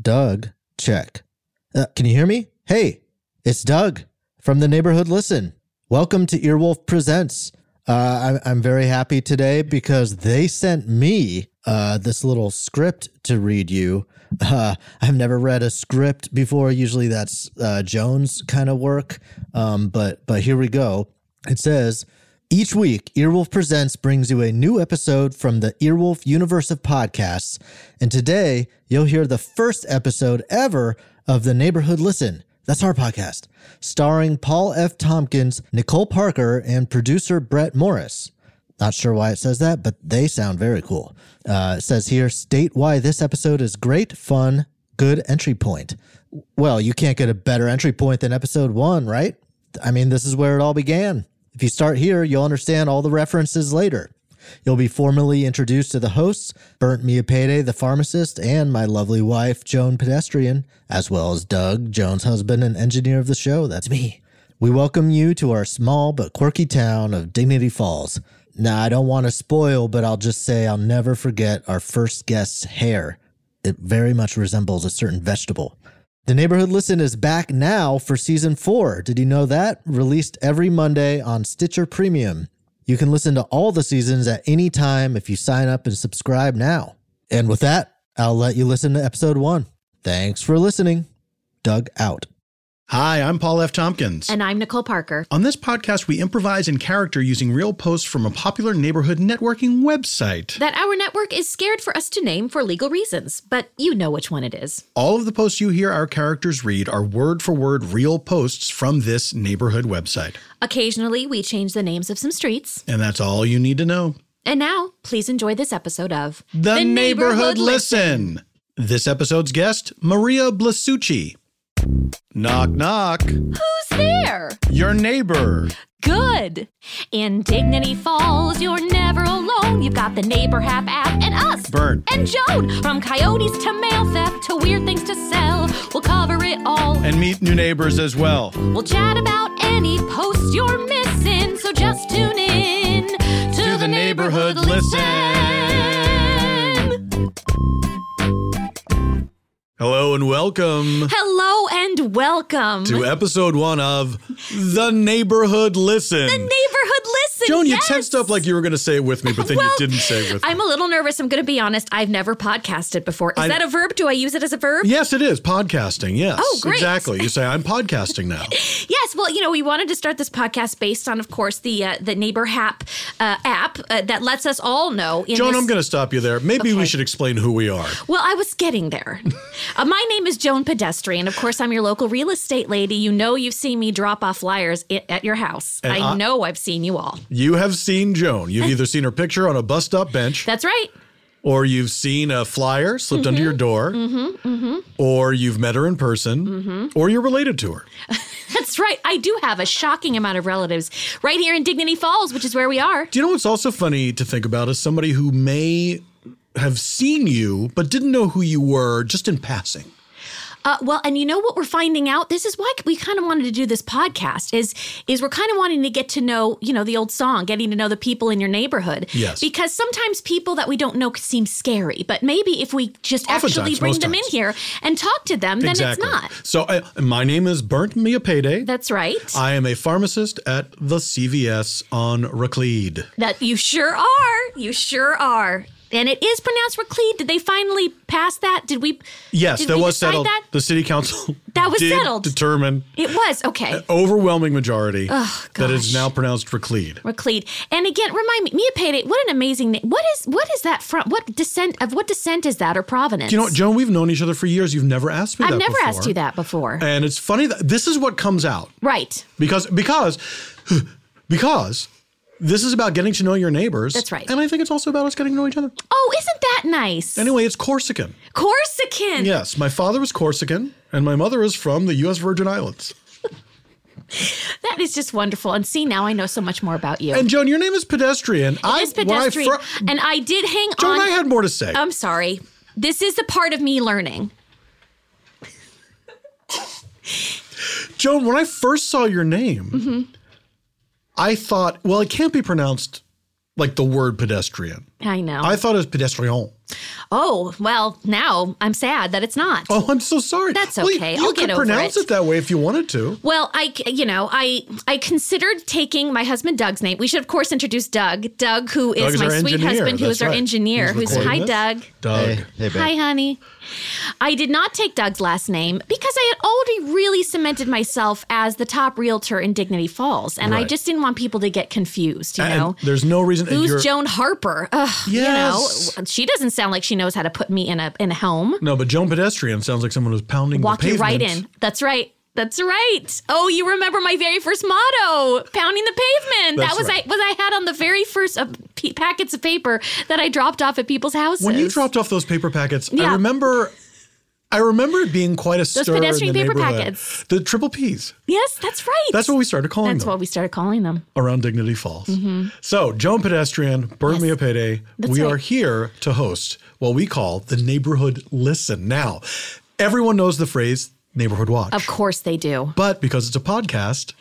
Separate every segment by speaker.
Speaker 1: Doug, check. Uh, can you hear me? Hey, it's Doug from the neighborhood. Listen, welcome to Earwolf Presents. Uh, I'm, I'm very happy today because they sent me uh, this little script to read you. Uh, I've never read a script before. Usually that's uh, Jones kind of work, um, but but here we go. It says. Each week, Earwolf Presents brings you a new episode from the Earwolf universe of podcasts. And today, you'll hear the first episode ever of The Neighborhood Listen. That's our podcast, starring Paul F. Tompkins, Nicole Parker, and producer Brett Morris. Not sure why it says that, but they sound very cool. Uh, it says here, state why this episode is great, fun, good entry point. Well, you can't get a better entry point than episode one, right? I mean, this is where it all began. If you start here, you'll understand all the references later. You'll be formally introduced to the hosts, Burnt Mia Payday, the pharmacist, and my lovely wife, Joan Pedestrian, as well as Doug, Joan's husband and engineer of the show. That's me. We welcome you to our small but quirky town of Dignity Falls. Now, I don't want to spoil, but I'll just say I'll never forget our first guest's hair. It very much resembles a certain vegetable. The Neighborhood Listen is back now for season four. Did you know that? Released every Monday on Stitcher Premium. You can listen to all the seasons at any time if you sign up and subscribe now. And with that, I'll let you listen to episode one. Thanks for listening. Doug out.
Speaker 2: Hi, I'm Paul F. Tompkins.
Speaker 3: And I'm Nicole Parker.
Speaker 2: on this podcast, we improvise in character using real posts from a popular neighborhood networking website.
Speaker 3: That our network is scared for us to name for legal reasons, but you know which one it is.
Speaker 2: All of the posts you hear our characters read are word for word real posts from this neighborhood website.
Speaker 3: Occasionally, we change the names of some streets.
Speaker 2: And that's all you need to know.
Speaker 3: And now, please enjoy this episode of
Speaker 2: The, Neighborhood, Listen. This episode's guest, Maria Blasucci. Knock, knock.
Speaker 3: Who's there?
Speaker 2: Your neighbor.
Speaker 3: Good. In Dignity Falls, you're never alone. You've got the Neighbor Hap app and us.
Speaker 2: Burn.
Speaker 3: And Joan. From coyotes to mail theft to weird things to sell, we'll cover it all.
Speaker 2: And meet new neighbors as well.
Speaker 3: We'll chat about any posts you're missing, so just tune in to,
Speaker 2: the Neighborhood
Speaker 3: Listen.
Speaker 2: Hello and welcome.
Speaker 3: Hello and welcome
Speaker 2: to episode one of The Neighborhood Listen.
Speaker 3: the Neighborhood Listen.
Speaker 2: Joan,
Speaker 3: yes!
Speaker 2: you tensed up like you were going to say it with me, but then
Speaker 3: Well,
Speaker 2: you didn't say it with me.
Speaker 3: I'm a little nervous. I'm going to be honest. I've never podcasted before. Is
Speaker 2: I-
Speaker 3: that a verb? Do I use it as a verb?
Speaker 2: Yes, it is podcasting. Yes,
Speaker 3: Oh, great.
Speaker 2: exactly. You say I'm podcasting now.
Speaker 3: Yes. Well, you know, we wanted to start this podcast based on, of course, the uh, the Neighbor Hap uh, app uh, that lets us all know. In
Speaker 2: Joan,
Speaker 3: this-
Speaker 2: I'm going to stop you there. Maybe we
Speaker 3: Okay.
Speaker 2: should explain who we are.
Speaker 3: Well, I was getting there. uh, my name is Joan Pedestrian. Of course, I'm your local real estate lady. You know, you've seen me drop off flyers i- at your house.
Speaker 2: And
Speaker 3: I,
Speaker 2: I-
Speaker 3: know I've seen you all.
Speaker 2: You have seen Joan. You've either seen her picture on a bus stop bench,
Speaker 3: That's right.
Speaker 2: or you've seen a flyer slipped
Speaker 3: Mm-hmm.
Speaker 2: under your door, or you've met her in person,
Speaker 3: Mm-hmm.
Speaker 2: or you're related to her.
Speaker 3: That's right. I do have a shocking amount of relatives right here in Dignity Falls, which is where we are.
Speaker 2: Do you know what's also funny to think about is somebody who may have seen you but didn't know who you were just in passing.
Speaker 3: Uh, well, and you know what we're finding out? This is why we kind of wanted to do this podcast. Is is we're kind of wanting to get to know you know the old song, getting to know the people in your neighborhood.
Speaker 2: Yes.
Speaker 3: Because sometimes people that we don't know seem scary, but maybe if we just
Speaker 2: Oftentimes,
Speaker 3: actually bring
Speaker 2: most
Speaker 3: them
Speaker 2: times.
Speaker 3: in here and talk to them, then
Speaker 2: exactly.
Speaker 3: it's not.
Speaker 2: So uh, my name is Burnt Mia Payday.
Speaker 3: That's right.
Speaker 2: I am a pharmacist at the CVS on Raclede.
Speaker 3: that you sure are. You sure are. and it is pronounced Raclede. Did they finally pass that? Did we?
Speaker 2: Yes,
Speaker 3: did
Speaker 2: that
Speaker 3: we
Speaker 2: was
Speaker 3: decide
Speaker 2: settled.
Speaker 3: That
Speaker 2: The city council
Speaker 3: That was
Speaker 2: did
Speaker 3: settled.
Speaker 2: determine
Speaker 3: it was
Speaker 2: Uh,
Speaker 3: okay.
Speaker 2: overwhelming majority that
Speaker 3: gosh.
Speaker 2: it's now pronounced Raclede.
Speaker 3: Raclede. And again, remind me, Mia Payday. What an amazing name. What is what is that from? What descent of what descent is that or provenance?
Speaker 2: You know, what, Joan, we've known each other for years. You've never asked me
Speaker 3: I've
Speaker 2: that
Speaker 3: never
Speaker 2: before.
Speaker 3: asked you that before.
Speaker 2: And it's funny that this is what comes out
Speaker 3: right.
Speaker 2: because because because this is about getting to know your neighbors.
Speaker 3: That's right.
Speaker 2: And I think it's also about us getting to know each other.
Speaker 3: Oh, isn't that nice?
Speaker 2: Anyway, it's Corsican.
Speaker 3: Corsican.
Speaker 2: Yes, my father was Corsican and my mother is from the US Virgin Islands.
Speaker 3: That is just wonderful. And see, now I know so much more about you.
Speaker 2: And Joan, your name is pedestrian. I
Speaker 3: this
Speaker 2: when
Speaker 3: pedestrian,
Speaker 2: I fir-
Speaker 3: and I did hang
Speaker 2: Joan,
Speaker 3: on. Um,
Speaker 2: I had more to say.
Speaker 3: I'm sorry. This is the part of me learning.
Speaker 2: Joan, when I first saw your name,
Speaker 3: Mm-hmm.
Speaker 2: I thought, well, it can't be pronounced like the word pedestrian.
Speaker 3: I know.
Speaker 2: I thought it was pedestrian.
Speaker 3: oh, well, now I'm sad that it's not.
Speaker 2: Oh, I'm so sorry.
Speaker 3: That's
Speaker 2: Well, you-
Speaker 3: okay.
Speaker 2: You
Speaker 3: I'll
Speaker 2: could
Speaker 3: get over
Speaker 2: pronounce
Speaker 3: it.
Speaker 2: it. that way if you wanted to.
Speaker 3: Well, I, c- you know, I, I considered taking my husband Doug's name. We should, of course, introduce Doug. Doug, who is
Speaker 2: Doug's
Speaker 3: my
Speaker 2: our
Speaker 3: sweet
Speaker 2: engineer.
Speaker 3: husband, who
Speaker 2: That's
Speaker 3: is our
Speaker 2: right.
Speaker 3: engineer.
Speaker 2: He's
Speaker 3: Who's
Speaker 2: recording
Speaker 3: hi,
Speaker 2: this.
Speaker 3: Doug.
Speaker 2: Doug.
Speaker 1: Hey, hey, babe.
Speaker 3: Hi, honey. I did not take Doug's last name because I had already really cemented myself as the top realtor in Dignity Falls, and I
Speaker 2: Right.
Speaker 3: just didn't want people to get confused. You
Speaker 2: And
Speaker 3: know,
Speaker 2: there's no reason. and you're-
Speaker 3: who's Joan Harper? Ugh,
Speaker 2: Yes.
Speaker 3: You know, she doesn't sound like she knows how to put me in a in a home.
Speaker 2: No, but Joan Pedestrian sounds like someone who's pounding
Speaker 3: Walk
Speaker 2: the
Speaker 3: you
Speaker 2: pavement.
Speaker 3: right in. That's right. That's right. Oh, you remember my very first motto, pounding the pavement. that
Speaker 2: That's
Speaker 3: was
Speaker 2: right.
Speaker 3: I was I had on the very first uh, p- packets of paper that I dropped off at people's houses.
Speaker 2: When you dropped off those paper packets,
Speaker 3: Yeah.
Speaker 2: I remember. I remember it being quite a stir in
Speaker 3: pedestrian
Speaker 2: the
Speaker 3: paper
Speaker 2: neighborhood.
Speaker 3: packets.
Speaker 2: The triple P's.
Speaker 3: Yes, that's right.
Speaker 2: That's what we started calling
Speaker 3: That's Mm-hmm.
Speaker 2: them
Speaker 3: what we started calling them.
Speaker 2: around Dignity Falls. So, Joan Pedestrian, Burn Me a Payday, we
Speaker 3: right.
Speaker 2: are here to host what we call the Neighborhood Listen. Now, everyone knows the phrase neighborhood watch.
Speaker 3: Of course they do.
Speaker 2: But because it's a podcast,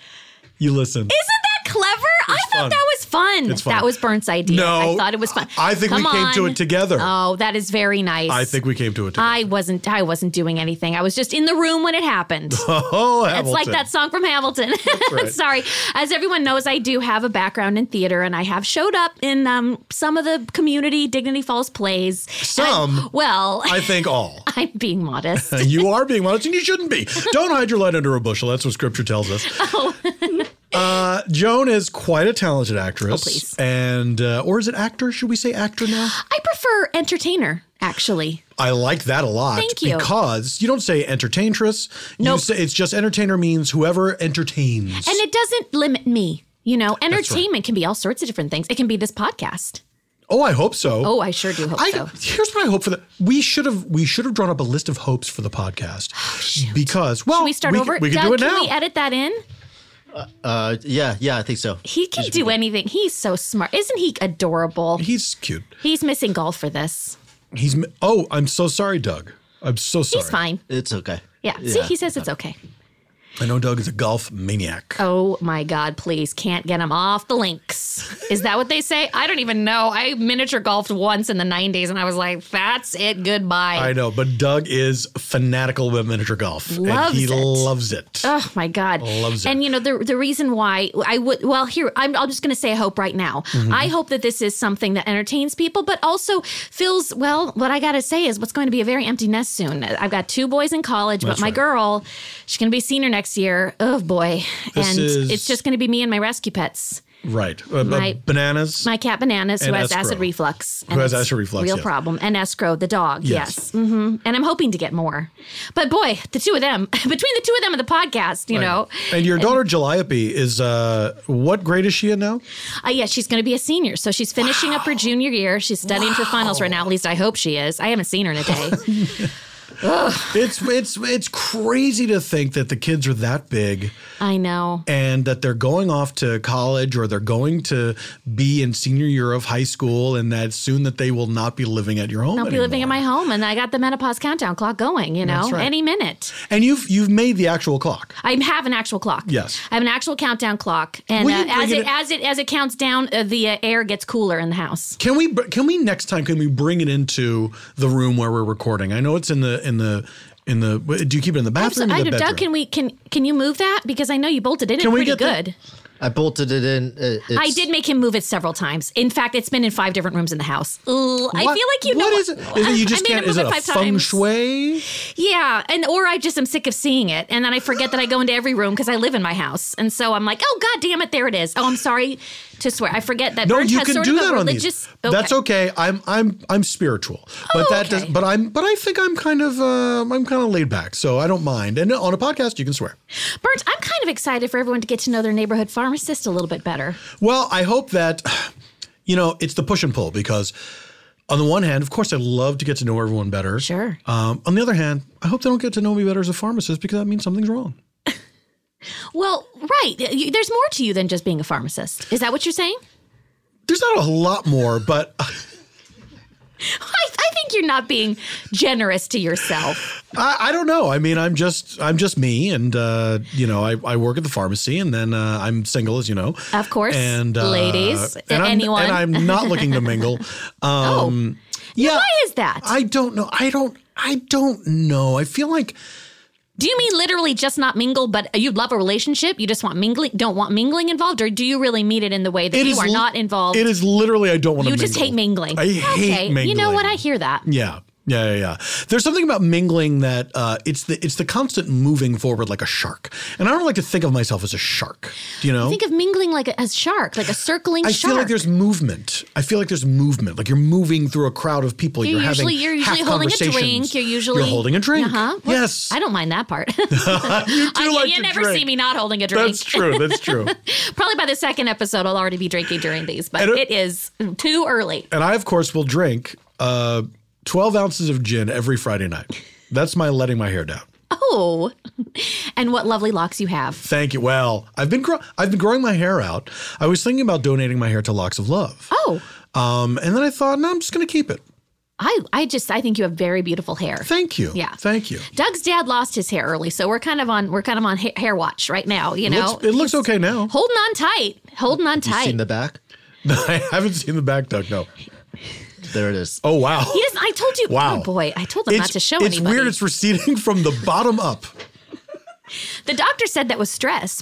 Speaker 2: you listen.
Speaker 3: Isn't that clever? I thought
Speaker 2: fun.
Speaker 3: that was fun.
Speaker 2: It's fun.
Speaker 3: That was Burnt's idea.
Speaker 2: No,
Speaker 3: I thought it was fun.
Speaker 2: I think we
Speaker 3: Come
Speaker 2: came to
Speaker 3: on.
Speaker 2: it together.
Speaker 3: Oh, that is very nice.
Speaker 2: I think we came to it together.
Speaker 3: I wasn't. I wasn't doing anything. I was just in the room when it happened.
Speaker 2: oh,
Speaker 3: It's like
Speaker 2: Hamilton.
Speaker 3: that song from Hamilton.
Speaker 2: right.
Speaker 3: Sorry. As everyone knows, I do have a background in theater and I have showed up in um, some of the community Dignity Falls plays. And I-
Speaker 2: Some?
Speaker 3: well,
Speaker 2: I think all.
Speaker 3: I'm being modest.
Speaker 2: you are being modest and you shouldn't be. Don't hide your light under a bushel. That's what scripture tells us.
Speaker 3: Oh.
Speaker 2: uh, Joan is quite a talented actress.
Speaker 3: Oh, please.
Speaker 2: And, uh, or is it actor? Should we say actor now?
Speaker 3: I prefer entertainer, actually.
Speaker 2: I like that a lot.
Speaker 3: Thank you.
Speaker 2: Because you don't say entertaintress.
Speaker 3: Nope.
Speaker 2: You say it's just entertainer means whoever entertains.
Speaker 3: And it doesn't limit me. You know, entertainment can be all sorts of different things. It can be this podcast.
Speaker 2: oh, I hope so.
Speaker 3: Oh, I sure do hope
Speaker 2: I,
Speaker 3: so.
Speaker 2: here's what I hope for the we should have we should have drawn up a list of hopes for the podcast because well
Speaker 3: Can Oh, we start
Speaker 2: we,
Speaker 3: over?
Speaker 2: we can
Speaker 3: Doug,
Speaker 2: do it
Speaker 3: can
Speaker 2: now
Speaker 3: we edit that in?
Speaker 1: Uh, yeah, yeah, I think so.
Speaker 3: He can do anything. He's so smart. Isn't he adorable?
Speaker 2: he's cute
Speaker 3: He's missing golf for this.
Speaker 2: he's m- oh I'm so sorry Doug I'm so sorry
Speaker 3: He's fine.
Speaker 1: It's okay.
Speaker 3: Yeah. See, he says it's okay.
Speaker 2: I know Doug is a golf maniac.
Speaker 3: Oh my God, please can't get him off the links. Is that what they say? I don't even know. I miniature golfed once in the 90s and I was like, that's it, goodbye.
Speaker 2: I know, but Doug is fanatical about miniature golf.
Speaker 3: Loves
Speaker 2: and he
Speaker 3: it.
Speaker 2: loves it.
Speaker 3: Oh my God!
Speaker 2: Loves it.
Speaker 3: and you know the the reason why I would well here I'm, I'm just going to say I hope right now.
Speaker 2: Mm-hmm.
Speaker 3: I hope that this is something that entertains people, but also fills well. What I got to say is what's going to be a very empty nest soon. I've got two boys in college, but
Speaker 2: That's
Speaker 3: my
Speaker 2: right.
Speaker 3: girl, she's going to be senior next year. Oh boy!
Speaker 2: This
Speaker 3: and
Speaker 2: is-
Speaker 3: it's just going to be me and my rescue pets.
Speaker 2: right. Uh, b-
Speaker 3: my-
Speaker 2: bananas.
Speaker 3: My cat Bananas, who
Speaker 2: And
Speaker 3: has acid
Speaker 2: escrow.
Speaker 3: reflux.
Speaker 2: Who has
Speaker 3: it's
Speaker 2: acid reflux,
Speaker 3: Real
Speaker 2: yes.
Speaker 3: problem. And escrow, the dog. Yes.
Speaker 2: Yes.
Speaker 3: hmm And I'm hoping to get more. But boy, the two of them, between the two of them and the podcast, you know.
Speaker 2: and your daughter Calliope is uh what grade is she in now?
Speaker 3: Uh, yeah, she's going to be a senior. So she's finishing up her junior year. She's studying for finals right now. At least I hope she is. I haven't seen her in a day.
Speaker 2: It's it's it's crazy to think that the kids are that big
Speaker 3: I know.
Speaker 2: and that they're going off to college or they're going to be in senior year of high school and that soon that they will not be living at your home.
Speaker 3: I'll be living in
Speaker 2: anymore.
Speaker 3: my home and I got the menopause countdown clock going, you know,
Speaker 2: That's right.
Speaker 3: any minute.
Speaker 2: And you've you've made the actual clock.
Speaker 3: I have an actual clock.
Speaker 2: Yes.
Speaker 3: I have an actual countdown clock. And
Speaker 2: Will you
Speaker 3: uh,
Speaker 2: bring
Speaker 3: as,
Speaker 2: it
Speaker 3: it,
Speaker 2: in-
Speaker 3: as it as it counts down, uh, the uh, air gets cooler in the house.
Speaker 2: Can we can we next time can we bring it into the room where we're recording? I know it's in the in the in the do you keep it in the
Speaker 3: So,
Speaker 2: bathroom or
Speaker 3: I
Speaker 2: the
Speaker 3: know,
Speaker 2: bedroom?
Speaker 3: Doug, can we can can you move that because I know you bolted it in
Speaker 2: Can we
Speaker 3: pretty
Speaker 2: get the-
Speaker 3: good.
Speaker 1: I bolted it in. It- it's-
Speaker 3: I did make him move it several times. In fact, it's been in five different rooms in the house. Ugh, I feel
Speaker 2: What-
Speaker 3: like you know
Speaker 2: what is it? Is it you just
Speaker 3: I made him
Speaker 2: can't? Is
Speaker 3: move
Speaker 2: it a
Speaker 3: five
Speaker 2: feng
Speaker 3: times.
Speaker 2: shui?
Speaker 3: Yeah, and or I just am sick of seeing it, and then I forget that I go into every room because I live in my house, and so I'm like, oh god damn it, there it is. Oh, I'm sorry to swear, I forget that.
Speaker 2: No,
Speaker 3: Birch
Speaker 2: you
Speaker 3: has
Speaker 2: can
Speaker 3: sort
Speaker 2: do
Speaker 3: of a
Speaker 2: that on
Speaker 3: religious,
Speaker 2: these. That's okay. I'm I'm I'm spiritual, but that
Speaker 3: okay.
Speaker 2: does. But I'm but I think I'm kind of uh, I'm kind of laid back, so I don't mind. And on a podcast, you can swear.
Speaker 3: Birch, I'm kind of excited for everyone to get to know their neighborhood pharmacist a little bit better.
Speaker 2: Well, I hope that, you know, it's the push and pull because, on the one hand, of course, I love to get to know everyone better.
Speaker 3: Sure.
Speaker 2: Um, on the other hand, I hope they don't get to know me better as a pharmacist because that means something's wrong.
Speaker 3: Well, right, you- there's more to you than just being a pharmacist. Is that what you're saying?
Speaker 2: There's not a lot more, but
Speaker 3: I, I think you're not being generous to yourself.
Speaker 2: I, I don't know. I mean, I'm just I'm just me, and uh, you know, I, I work at the pharmacy, and then uh, I'm single, as you know,
Speaker 3: Of course,
Speaker 2: and uh,
Speaker 3: ladies,
Speaker 2: and I'm,
Speaker 3: anyone. Oh.
Speaker 2: and I'm not looking to mingle. Um, yeah,
Speaker 3: Why is that?
Speaker 2: I don't know. I don't. I don't know. I feel like
Speaker 3: Do you mean literally just not mingle, but you love a relationship? You just want mingling, don't want mingling involved, or do you really mean it in the way that
Speaker 2: it
Speaker 3: you
Speaker 2: is
Speaker 3: are
Speaker 2: li-
Speaker 3: not involved?
Speaker 2: It is literally I don't want to.
Speaker 3: you just hate mingling.
Speaker 2: I hate
Speaker 3: okay.
Speaker 2: mingling.
Speaker 3: You know what? I hear that.
Speaker 2: Yeah. Yeah, yeah, yeah. There's something about mingling that uh, it's the it's the constant moving forward like a shark, and I don't like to think of myself as a shark. Do you know?
Speaker 3: Think of mingling like a, as shark, like a circling
Speaker 2: I
Speaker 3: shark.
Speaker 2: feel like there's movement. I feel like there's movement. Like you're moving through a crowd of people.
Speaker 3: you're,
Speaker 2: You're,
Speaker 3: usually
Speaker 2: having
Speaker 3: you're usually
Speaker 2: half
Speaker 3: holding a
Speaker 2: conversations.
Speaker 3: drink. You're usually
Speaker 2: you're holding a drink.
Speaker 3: Uh-huh. Well,
Speaker 2: Yes,
Speaker 3: I don't mind that part. you
Speaker 2: do like to
Speaker 3: never see
Speaker 2: drink.
Speaker 3: me not holding a drink.
Speaker 2: That's true. That's true.
Speaker 3: Probably by the second episode, I'll already be drinking during these, but
Speaker 2: And, uh,
Speaker 3: it is too early.
Speaker 2: and I, of course, will drink uh, 12 ounces of gin every Friday night. That's my letting my hair down.
Speaker 3: Oh, and what lovely locks you have.
Speaker 2: Thank you. Well, I've been grow- I've been growing my hair out. I was thinking about donating my hair to Locks of Love,
Speaker 3: Oh,
Speaker 2: um, and then I thought, no, I'm just going to keep it.
Speaker 3: I, I just, I think you have very beautiful hair.
Speaker 2: Thank you.
Speaker 3: Yeah.
Speaker 2: Thank you.
Speaker 3: Doug's dad lost his hair early, so we're kind of on, we're kind of on ha- hair watch right now. You know,
Speaker 2: Looks- it looks okay now.
Speaker 3: holding on tight, holding on
Speaker 1: You
Speaker 3: tight.
Speaker 1: seen the back?
Speaker 2: I haven't seen the back duck. No.
Speaker 1: There it is.
Speaker 2: Oh wow.
Speaker 3: he doesn't. I told you.
Speaker 2: Wow.
Speaker 3: Oh boy, I told him not to show
Speaker 2: it's
Speaker 3: anybody.
Speaker 2: weird. It's receding from the bottom up.
Speaker 3: the doctor said that was stress,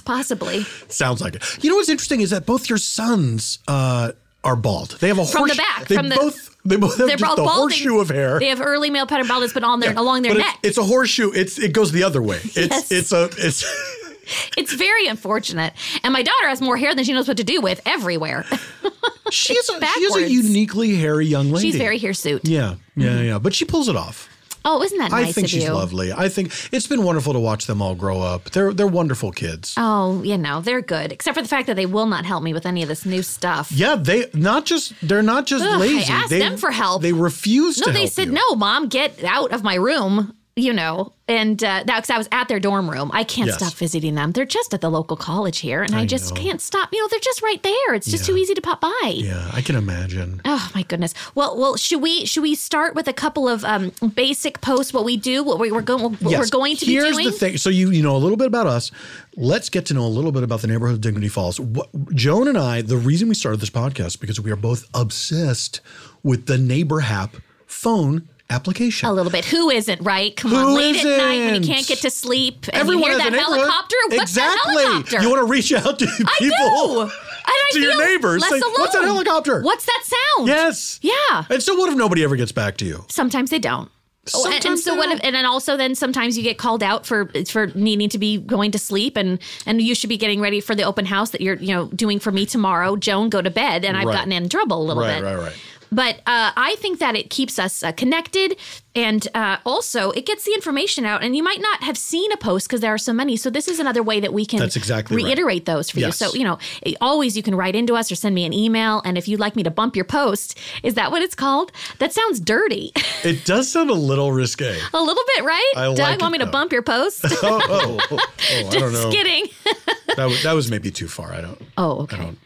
Speaker 3: possibly
Speaker 2: Sounds like it. You know what's interesting is that both your sons uh, are bald. They have a
Speaker 3: From the
Speaker 2: horseshoe.
Speaker 3: back,
Speaker 2: They
Speaker 3: from the-
Speaker 2: both. They both have
Speaker 3: they're
Speaker 2: just
Speaker 3: all
Speaker 2: the
Speaker 3: balding.
Speaker 2: horseshoe of hair.
Speaker 3: They have early male pattern baldness, but on their along their
Speaker 2: but
Speaker 3: neck.
Speaker 2: It's, it's a horseshoe. It's it goes the other way. It's
Speaker 3: Yes.
Speaker 2: it's a it's.
Speaker 3: It's very unfortunate. And my daughter has more hair than she knows what to do with everywhere.
Speaker 2: She's a, she's a
Speaker 3: backwards.
Speaker 2: uniquely hairy young lady.
Speaker 3: She's very hirsute.
Speaker 2: Yeah, yeah, yeah. But she pulls it off.
Speaker 3: Oh, isn't that nice
Speaker 2: I think
Speaker 3: of
Speaker 2: she's
Speaker 3: you?
Speaker 2: lovely. I think it's been wonderful to watch them all grow up. They're they're wonderful kids.
Speaker 3: Oh, you know, they're good, except for the fact that they will not help me with any of this new stuff.
Speaker 2: yeah, they not just they're not just
Speaker 3: Ugh, I
Speaker 2: lazy.
Speaker 3: asked
Speaker 2: they,
Speaker 3: them for help.
Speaker 2: They refuse
Speaker 3: No,
Speaker 2: to
Speaker 3: they
Speaker 2: help
Speaker 3: said,
Speaker 2: you.
Speaker 3: no, mom, get out of my room, you know. And uh, that because I was at their dorm room. I can't
Speaker 2: Yes.
Speaker 3: stop visiting them. They're just at the local college here, and I, just
Speaker 2: know.
Speaker 3: can't stop. You know, they're just right there. It's just too easy to pop by.
Speaker 2: Yeah, I can imagine.
Speaker 3: Oh my goodness. Well, well, should we should we start with a couple of um, basic posts? What we do, what we, we're going, what we're
Speaker 2: Yes.
Speaker 3: going to
Speaker 2: Here's
Speaker 3: be doing.
Speaker 2: the thing. So you you know a little bit about us. Let's get to know a little bit about the neighborhood of Dignity Falls. What, Joan and I, the reason we started this podcast because we are both obsessed with the Neighbor Hap phone application.
Speaker 3: a little bit. Who isn't right? Come on,
Speaker 2: Who
Speaker 3: late at night when you can't
Speaker 2: isn't?
Speaker 3: get to sleep, and
Speaker 2: Everyone
Speaker 3: you
Speaker 2: has
Speaker 3: hear
Speaker 2: a
Speaker 3: that
Speaker 2: neighborhood.
Speaker 3: helicopter. What's
Speaker 2: exactly.
Speaker 3: that helicopter?
Speaker 2: You want to reach out to
Speaker 3: I
Speaker 2: people.
Speaker 3: do. And I
Speaker 2: to your
Speaker 3: feel
Speaker 2: neighbors,
Speaker 3: Less
Speaker 2: say,
Speaker 3: alone.
Speaker 2: "What's that helicopter?"
Speaker 3: What's that sound?
Speaker 2: Yes.
Speaker 3: Yeah.
Speaker 2: And so what if nobody ever gets back to you?
Speaker 3: Sometimes they don't. Oh, and- and
Speaker 2: Sometimes
Speaker 3: so
Speaker 2: they
Speaker 3: what?
Speaker 2: don't.
Speaker 3: If, and then also then sometimes you get called out for for needing to be going to sleep and and you should be getting ready for the open house that you're you know doing for me tomorrow. Joan, go to bed, and I've
Speaker 2: Right.
Speaker 3: gotten in trouble a little
Speaker 2: Right,
Speaker 3: bit.
Speaker 2: right, right.
Speaker 3: But uh, I think that it keeps us uh, connected, and uh, also it gets the information out. And you might not have seen a post because there are so many. So this is another way that we can
Speaker 2: That's exactly right.
Speaker 3: reiterate those for
Speaker 2: Yes.
Speaker 3: you. So you know, it- always you can write into us or send me an email. And if you'd like me to bump your post, is that what it's called? That sounds dirty,
Speaker 2: It does sound a little risque.
Speaker 3: a little bit, right?
Speaker 2: I
Speaker 3: Doug,
Speaker 2: like
Speaker 3: want
Speaker 2: it,
Speaker 3: me to
Speaker 2: though.
Speaker 3: bump your post? Just
Speaker 2: Oh, oh, oh, oh, I don't know.
Speaker 3: kidding.
Speaker 2: That was, that was maybe too far. I don't.
Speaker 3: oh, okay.
Speaker 2: I don't. Um,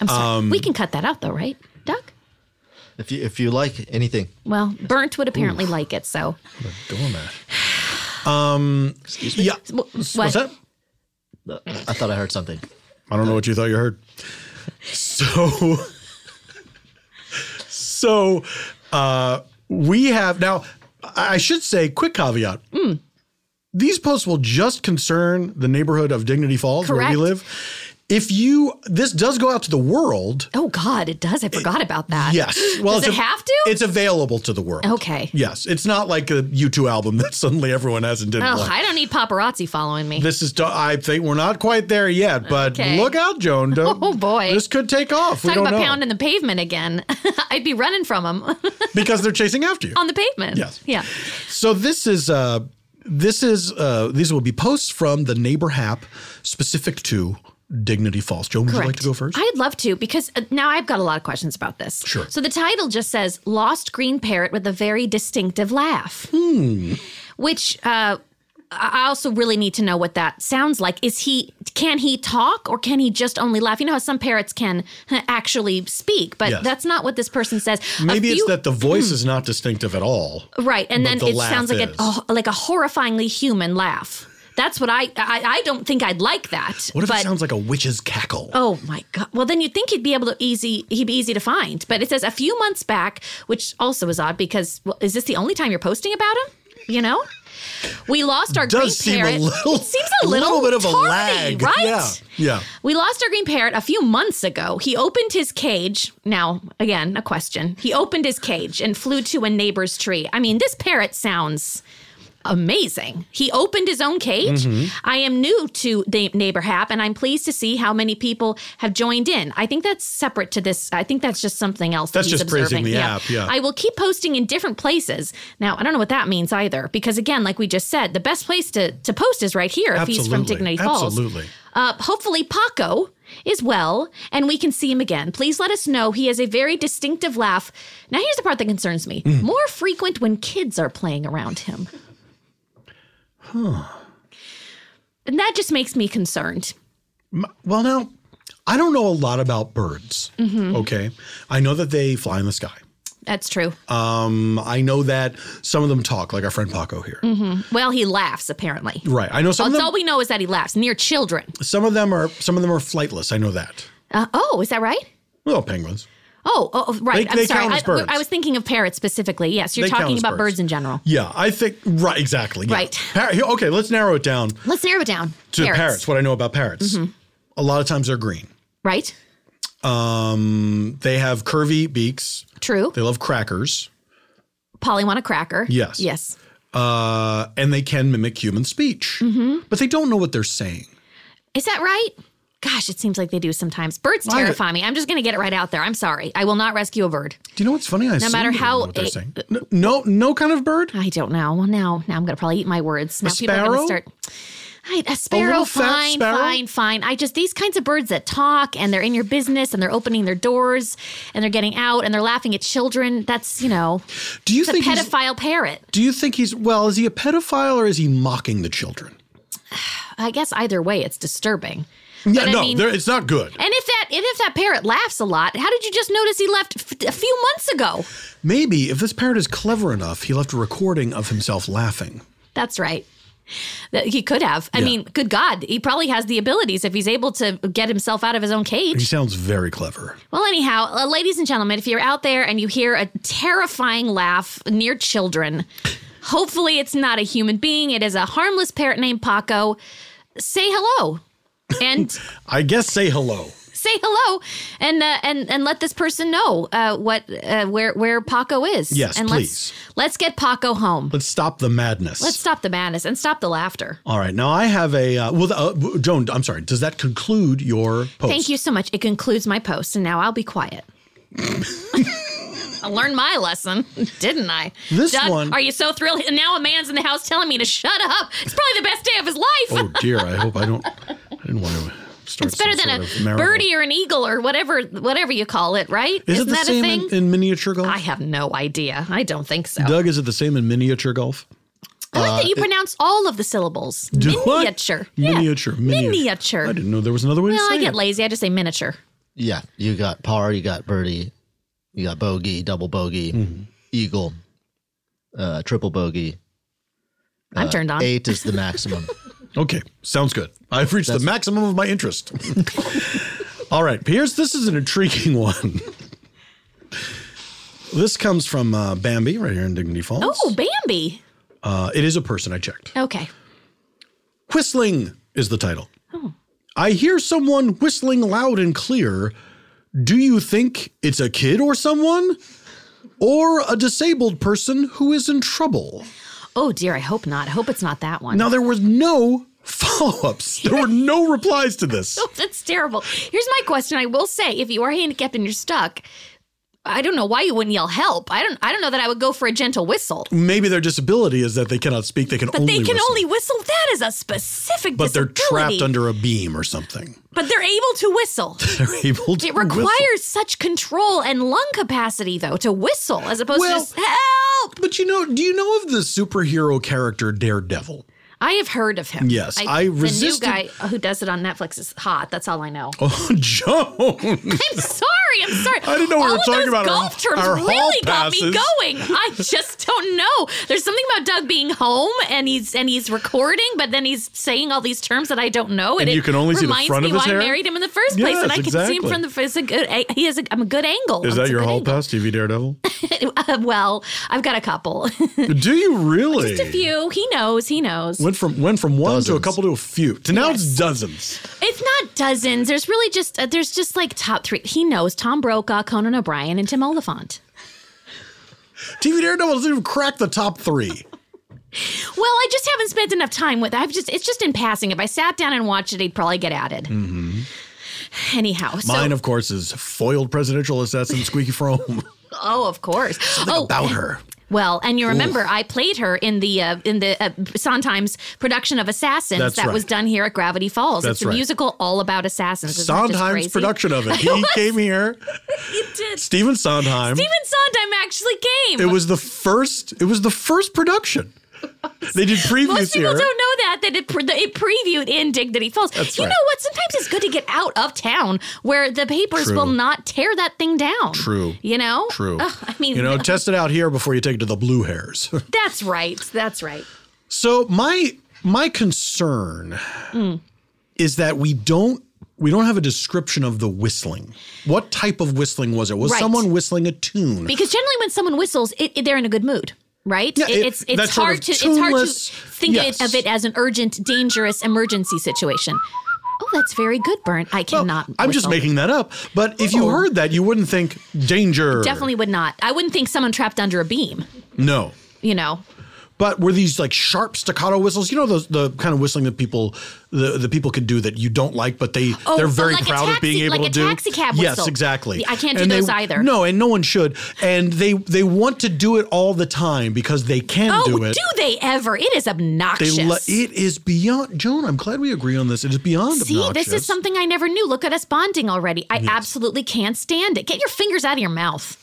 Speaker 3: I'm sorry. we can cut that out though, right, Doug?
Speaker 1: If you if you like anything,
Speaker 3: Well, Burnt would apparently like it, so
Speaker 2: I'm a doormat. Um. Excuse me. Yeah.
Speaker 3: W-
Speaker 2: What's
Speaker 3: what?
Speaker 2: that?
Speaker 1: I thought I heard something.
Speaker 2: I don't know what you thought you heard. So, so uh, we have now. I I should say, quick caveat.
Speaker 3: Hmm.
Speaker 2: These posts will just concern the neighborhood of Dignity Falls where
Speaker 3: Correct.
Speaker 2: we live. If you, this does go out to the world.
Speaker 3: Oh God, it does. I forgot about that.
Speaker 2: Yes.
Speaker 3: Well, does it
Speaker 2: it's a-
Speaker 3: have to?
Speaker 2: It's available to the world.
Speaker 3: Okay.
Speaker 2: Yes. It's not like a U2 album that suddenly everyone has and didn't
Speaker 3: oh,
Speaker 2: like.
Speaker 3: I don't need paparazzi following me.
Speaker 2: This is, I think we're not quite there yet, but
Speaker 3: Okay.
Speaker 2: look out, Joan. Don't,
Speaker 3: Oh, boy.
Speaker 2: This could take off. we
Speaker 3: Talking
Speaker 2: don't
Speaker 3: about
Speaker 2: know.
Speaker 3: pounding the pavement again. I'd be running from them
Speaker 2: because they're chasing after you.
Speaker 3: on the pavement.
Speaker 2: Yes.
Speaker 3: Yeah.
Speaker 2: So this is uh, this is uh, these will be posts from the neighbor hap specific to Dignity Falls. Joan, would you like
Speaker 3: Correct.
Speaker 2: to go first?
Speaker 3: I'd love to because uh, now I've got a lot of questions about this.
Speaker 2: Sure.
Speaker 3: So the title just says "Lost Green Parrot with a Very Distinctive Laugh,"
Speaker 2: Hmm.
Speaker 3: which uh, I I also really need to know what that sounds like. Is he can he talk or can he just only laugh? You know how some parrots can huh, actually speak, but
Speaker 2: Yes.
Speaker 3: that's not what this person says. A
Speaker 2: Maybe it's
Speaker 3: few- Hmm.
Speaker 2: that the voice is not distinctive at all.
Speaker 3: Right, and
Speaker 2: But
Speaker 3: then
Speaker 2: the
Speaker 3: it
Speaker 2: laugh
Speaker 3: sounds like
Speaker 2: is.
Speaker 3: a oh, like a horrifyingly human laugh. That's what I I, I don't think I'd like that.
Speaker 2: What if
Speaker 3: but,
Speaker 2: it sounds like a witch's cackle?
Speaker 3: Oh my god! Well, then you'd think he'd be able to easy he'd be easy to find, but it says a few months back, which also is odd because well, is this the only time you're posting about him? You know, we lost our green
Speaker 2: Does seem a
Speaker 3: parrot.
Speaker 2: little.
Speaker 3: it seems a, little,
Speaker 2: bit of a
Speaker 3: tardy,
Speaker 2: lag,
Speaker 3: right?
Speaker 2: Yeah. Yeah.
Speaker 3: We lost our green parrot a few months ago. He opened his cage. Now, again, a question. He opened his cage and flew to a neighbor's tree. I mean, this parrot sounds amazing. He opened his own cage.
Speaker 2: Mm-hmm.
Speaker 3: I am new to Na- Neighbor Hap, and I'm pleased to see how many people have joined in. I think that's separate to this. I think that's just something else.
Speaker 2: That's
Speaker 3: that he's
Speaker 2: just praising
Speaker 3: observing.
Speaker 2: the app, yeah.
Speaker 3: I will keep posting in different places. Now, I don't know what that means either, because again, like we just said, the best place to, to post is right here if he's from
Speaker 2: Absolutely.
Speaker 3: Dignity Falls.
Speaker 2: Absolutely.
Speaker 3: Uh, hopefully, Paco is well and we can see him again. Please let us know. He has a very distinctive laugh. Now, here's the part that concerns me
Speaker 2: Hmm.
Speaker 3: more frequent when kids are playing around him. Huh. And that just makes me concerned.
Speaker 2: Well, now, I don't know a lot about birds. Okay. I know that they fly in the sky. Um,
Speaker 3: That's true.
Speaker 2: Uh, I know that some of them talk, like our friend Paco here.
Speaker 3: well, he laughs, apparently.
Speaker 2: Right. I know some
Speaker 3: That's
Speaker 2: of them.
Speaker 3: all we know is that he laughs near children.
Speaker 2: some of them are. Some of them are flightless. I know that.
Speaker 3: Uh, oh, is that right?
Speaker 2: Well, penguins.
Speaker 3: Oh, oh, oh, right.
Speaker 2: They-
Speaker 3: I'm
Speaker 2: they
Speaker 3: sorry.
Speaker 2: count
Speaker 3: I,
Speaker 2: as birds.
Speaker 3: I was thinking of parrots specifically. Yes, you're
Speaker 2: They count
Speaker 3: talking
Speaker 2: as
Speaker 3: about
Speaker 2: birds.
Speaker 3: birds. in general.
Speaker 2: Yeah, I think right, exactly. yeah.
Speaker 3: Right.
Speaker 2: Par- here- okay, let's narrow it down
Speaker 3: Let's narrow it down.
Speaker 2: to parrots. What I know about parrots, a lot of times they're green.
Speaker 3: Right?
Speaker 2: Um, they have curvy beaks.
Speaker 3: True.
Speaker 2: They love crackers,
Speaker 3: Polly want a cracker.
Speaker 2: Yes.
Speaker 3: Yes.
Speaker 2: uh, and they can mimic human speech, but they don't know what they're saying.
Speaker 3: Is that right? Gosh, it seems like they do sometimes. Birds
Speaker 2: Why?
Speaker 3: terrify me. I'm just going to get it right out there. I'm sorry. I will not rescue a bird.
Speaker 2: Do you know what's funny? I no
Speaker 3: matter how
Speaker 2: what they're
Speaker 3: it-
Speaker 2: saying. N- No, no kind of bird.
Speaker 3: I don't know. Well, now, now I'm going to probably eat my words. Now people are
Speaker 2: sparrow?
Speaker 3: going to start. I, a sparrow,
Speaker 2: little fat
Speaker 3: fine,
Speaker 2: sparrow?
Speaker 3: fine, fine. I just these kinds of birds that talk and they're in your business and they're opening their doors and they're getting out and they're laughing at children. That's you know,
Speaker 2: Do you
Speaker 3: it's a
Speaker 2: think? he's-
Speaker 3: pedophile parrot.
Speaker 2: do you think he's well? Is he a pedophile or is he mocking the children?
Speaker 3: I guess either way, it's disturbing.
Speaker 2: Yeah,
Speaker 3: I
Speaker 2: no,
Speaker 3: mean-
Speaker 2: there- it's not good.
Speaker 3: And if that and if that parrot laughs a lot, how did you just notice he left f- a few months ago?
Speaker 2: Maybe if this parrot is clever enough, he left a recording of himself laughing.
Speaker 3: That's right. That he could have. I
Speaker 2: Yeah.
Speaker 3: mean, good God, he probably has the abilities if he's able to get himself out of his own
Speaker 2: He
Speaker 3: cage.
Speaker 2: sounds very clever.
Speaker 3: Well, anyhow, uh, ladies and gentlemen, if you're out there and you hear a terrifying laugh near children, hopefully it's not a human being. It is a harmless parrot named Paco. Say hello. And
Speaker 2: I guess say hello.
Speaker 3: say hello, and uh, and and let this person know uh, what uh, where where Paco is.
Speaker 2: Yes,
Speaker 3: and
Speaker 2: please.
Speaker 3: Let's, let's get Paco home.
Speaker 2: Let's stop the madness.
Speaker 3: Let's stop the madness and stop the laughter.
Speaker 2: All right. Now I have a uh, well, uh, Joan. I'm sorry. Does that conclude your post?
Speaker 3: Thank you so much. It concludes my post, and now I'll be quiet. I learned my lesson, didn't I?
Speaker 2: This
Speaker 3: Doug,
Speaker 2: one-
Speaker 3: Are you so thrilled? And now a man's in the house telling me to shut up. It's probably the best day of his life.
Speaker 2: Oh dear. I hope I don't. I didn't want to start.
Speaker 3: it's better
Speaker 2: some
Speaker 3: than
Speaker 2: sort
Speaker 3: a
Speaker 2: of marital-
Speaker 3: birdie or an eagle or whatever whatever you call it, right?
Speaker 2: Is
Speaker 3: Isn't
Speaker 2: it the
Speaker 3: that
Speaker 2: same
Speaker 3: a thing?
Speaker 2: in, in miniature golf?
Speaker 3: I have no idea. I don't think so.
Speaker 2: Doug, is it the same in miniature golf?
Speaker 3: I like that you pronounce all of the syllables.
Speaker 2: Do Uh, what?
Speaker 3: miniature. Yeah.
Speaker 2: Miniature.
Speaker 3: Miniature.
Speaker 2: I didn't know there was another way
Speaker 3: Well,
Speaker 2: to say
Speaker 3: I get
Speaker 2: it.
Speaker 3: lazy. I just say miniature.
Speaker 1: Yeah, you got par, you got birdie, you got bogey, double bogey, eagle, uh, triple bogey.
Speaker 2: Uh,
Speaker 3: I'm turned on.
Speaker 1: Eight is the maximum.
Speaker 2: Okay, sounds good. I've reached the maximum of my interest. All right, Pierce, this is an intriguing one. this comes from uh, Bambi right here in Dignity Falls.
Speaker 3: Oh, Bambi.
Speaker 2: Uh, it is a person I checked.
Speaker 3: Okay. Oh.
Speaker 2: Whistling is the title. I hear someone whistling loud and clear. Do you think it's a kid or someone? Or a disabled person who is in trouble?
Speaker 3: Oh dear, I hope not. I hope it's not that one.
Speaker 2: Now, there was no follow ups, there were no replies to this.
Speaker 3: That's terrible. Here's my question. I will say, if you are handicapped and you're stuck, I don't know why you wouldn't yell help. I don't. I don't know that I would go for a gentle whistle.
Speaker 2: Maybe their disability is that they cannot speak, they can
Speaker 3: But
Speaker 2: Mm, only
Speaker 3: they can
Speaker 2: whistle.
Speaker 3: only whistle. That is a specific.
Speaker 2: but they're
Speaker 3: disability.
Speaker 2: trapped under a beam or something.
Speaker 3: But they're able to whistle.
Speaker 2: They're able to
Speaker 3: It
Speaker 2: whistle.
Speaker 3: requires such control and lung capacity, though, to whistle as opposed
Speaker 2: Well-
Speaker 3: to just help.
Speaker 2: But you know, do you know of the superhero character Daredevil?
Speaker 3: I have heard of him.
Speaker 2: Yes, I resisted-
Speaker 3: The new guy who does it on Netflix is hot. That's all I know.
Speaker 2: Oh, Joan!
Speaker 3: I'm sorry. I'm sorry.
Speaker 2: I didn't know we
Speaker 3: all
Speaker 2: were
Speaker 3: of
Speaker 2: talking
Speaker 3: those
Speaker 2: about our-
Speaker 3: golf terms
Speaker 2: our hall
Speaker 3: really got me
Speaker 2: passes.
Speaker 3: going. I just don't know. There's something about Doug being home and he's and he's recording, but then he's saying all these terms that I don't know.
Speaker 2: And
Speaker 3: it
Speaker 2: you can only see the
Speaker 3: reminds
Speaker 2: front
Speaker 3: me
Speaker 2: of his
Speaker 3: why
Speaker 2: hair?
Speaker 3: I married him in the first place,
Speaker 2: Yes,
Speaker 3: and I can see him
Speaker 2: exactly.
Speaker 3: from the first. A good, a- he has a, I'm a good angle.
Speaker 2: Is
Speaker 3: It's
Speaker 2: that
Speaker 3: a
Speaker 2: your
Speaker 3: good
Speaker 2: hall
Speaker 3: angle.
Speaker 2: pass, TV Daredevil?
Speaker 3: Uh, well, I've got a couple, just
Speaker 2: do you really?
Speaker 3: a few. He knows. He knows.
Speaker 2: Went from went from one to a
Speaker 1: Dozens.
Speaker 2: couple to a few to now it's dozens.
Speaker 3: It's not dozens. There's really just uh, there's just like top three. He knows Tom Brokaw, Conan O'Brien, and Tim Oliphant.
Speaker 2: TV Daredevil doesn't even crack the top three.
Speaker 3: Well, I just haven't spent enough time with. I've just it's just in passing. If I sat down and watched it, he'd probably get added. Mm-hmm. Anyhow, so
Speaker 2: Mm-hmm. Mine, of course, is foiled presidential assassin Squeaky Frome.
Speaker 3: oh, of course. Oh,
Speaker 2: About her.
Speaker 3: well, and you remember I played her in the uh, in the uh, Sondheim's production of Assassins
Speaker 2: That's
Speaker 3: that was
Speaker 2: right.
Speaker 3: done here at Gravity Falls.
Speaker 2: That's
Speaker 3: it's a
Speaker 2: right.
Speaker 3: musical all about assassins. Isn't that just
Speaker 2: Sondheim's
Speaker 3: crazy?
Speaker 2: production of it. He came here.
Speaker 3: It did.
Speaker 2: Stephen Sondheim.
Speaker 3: Stephen Sondheim actually came.
Speaker 2: It was the first. It was the first production. They did previews
Speaker 3: Most people
Speaker 2: here.
Speaker 3: don't know that that it, pre- that it previewed in Dignity Falls.
Speaker 2: That's
Speaker 3: you
Speaker 2: right.
Speaker 3: know what? Sometimes it's good to get out of town where the papers
Speaker 2: True.
Speaker 3: will not tear that thing down.
Speaker 2: True.
Speaker 3: You know.
Speaker 2: True.
Speaker 3: Ugh, I mean,
Speaker 2: you know, test it out here before you take it to the blue hairs.
Speaker 3: that's right. That's right.
Speaker 2: so my my concern is that we don't we don't have a description of the whistling. What type of whistling was it? Was
Speaker 3: Right.
Speaker 2: someone whistling a tune?
Speaker 3: Because generally, when someone whistles, it, it- they're in a good mood. Right,
Speaker 2: Yeah,
Speaker 3: It-
Speaker 2: it-
Speaker 3: it's
Speaker 2: that
Speaker 3: it's
Speaker 2: sort
Speaker 3: hard
Speaker 2: of
Speaker 3: to it's hard to
Speaker 2: tuneless-
Speaker 3: think
Speaker 2: yes.
Speaker 3: it, of it as an urgent, dangerous emergency situation. Oh, that's very good, Burnt. I
Speaker 2: Well,
Speaker 3: cannot.
Speaker 2: I'm just
Speaker 3: whistle.
Speaker 2: making that up. But if you heard that, you wouldn't think danger.
Speaker 3: Oh. Definitely would not. I wouldn't think someone trapped under a beam.
Speaker 2: no.
Speaker 3: You know,
Speaker 2: But were these like sharp staccato whistles? You know those the kind of whistling that people the, the people can do that you don't like, but they
Speaker 3: Oh,
Speaker 2: they're
Speaker 3: so
Speaker 2: very
Speaker 3: like a
Speaker 2: proud of being
Speaker 3: taxi-
Speaker 2: able
Speaker 3: like
Speaker 2: to
Speaker 3: a
Speaker 2: do.
Speaker 3: taxi cab
Speaker 2: yes,
Speaker 3: whistle.
Speaker 2: exactly.
Speaker 3: I can't do
Speaker 2: And they-
Speaker 3: those either.
Speaker 2: No, and no one should. And they they want to do it all the time because they can
Speaker 3: oh,
Speaker 2: do it.
Speaker 3: they ever? It is
Speaker 2: They
Speaker 3: obnoxious.
Speaker 2: le- it is beyond Joan. I'm glad we agree on this. It is beyond.
Speaker 3: See,
Speaker 2: obnoxious.
Speaker 3: this is something I never knew. Look at us bonding already. I absolutely can't stand it. Get your fingers out of your mouth.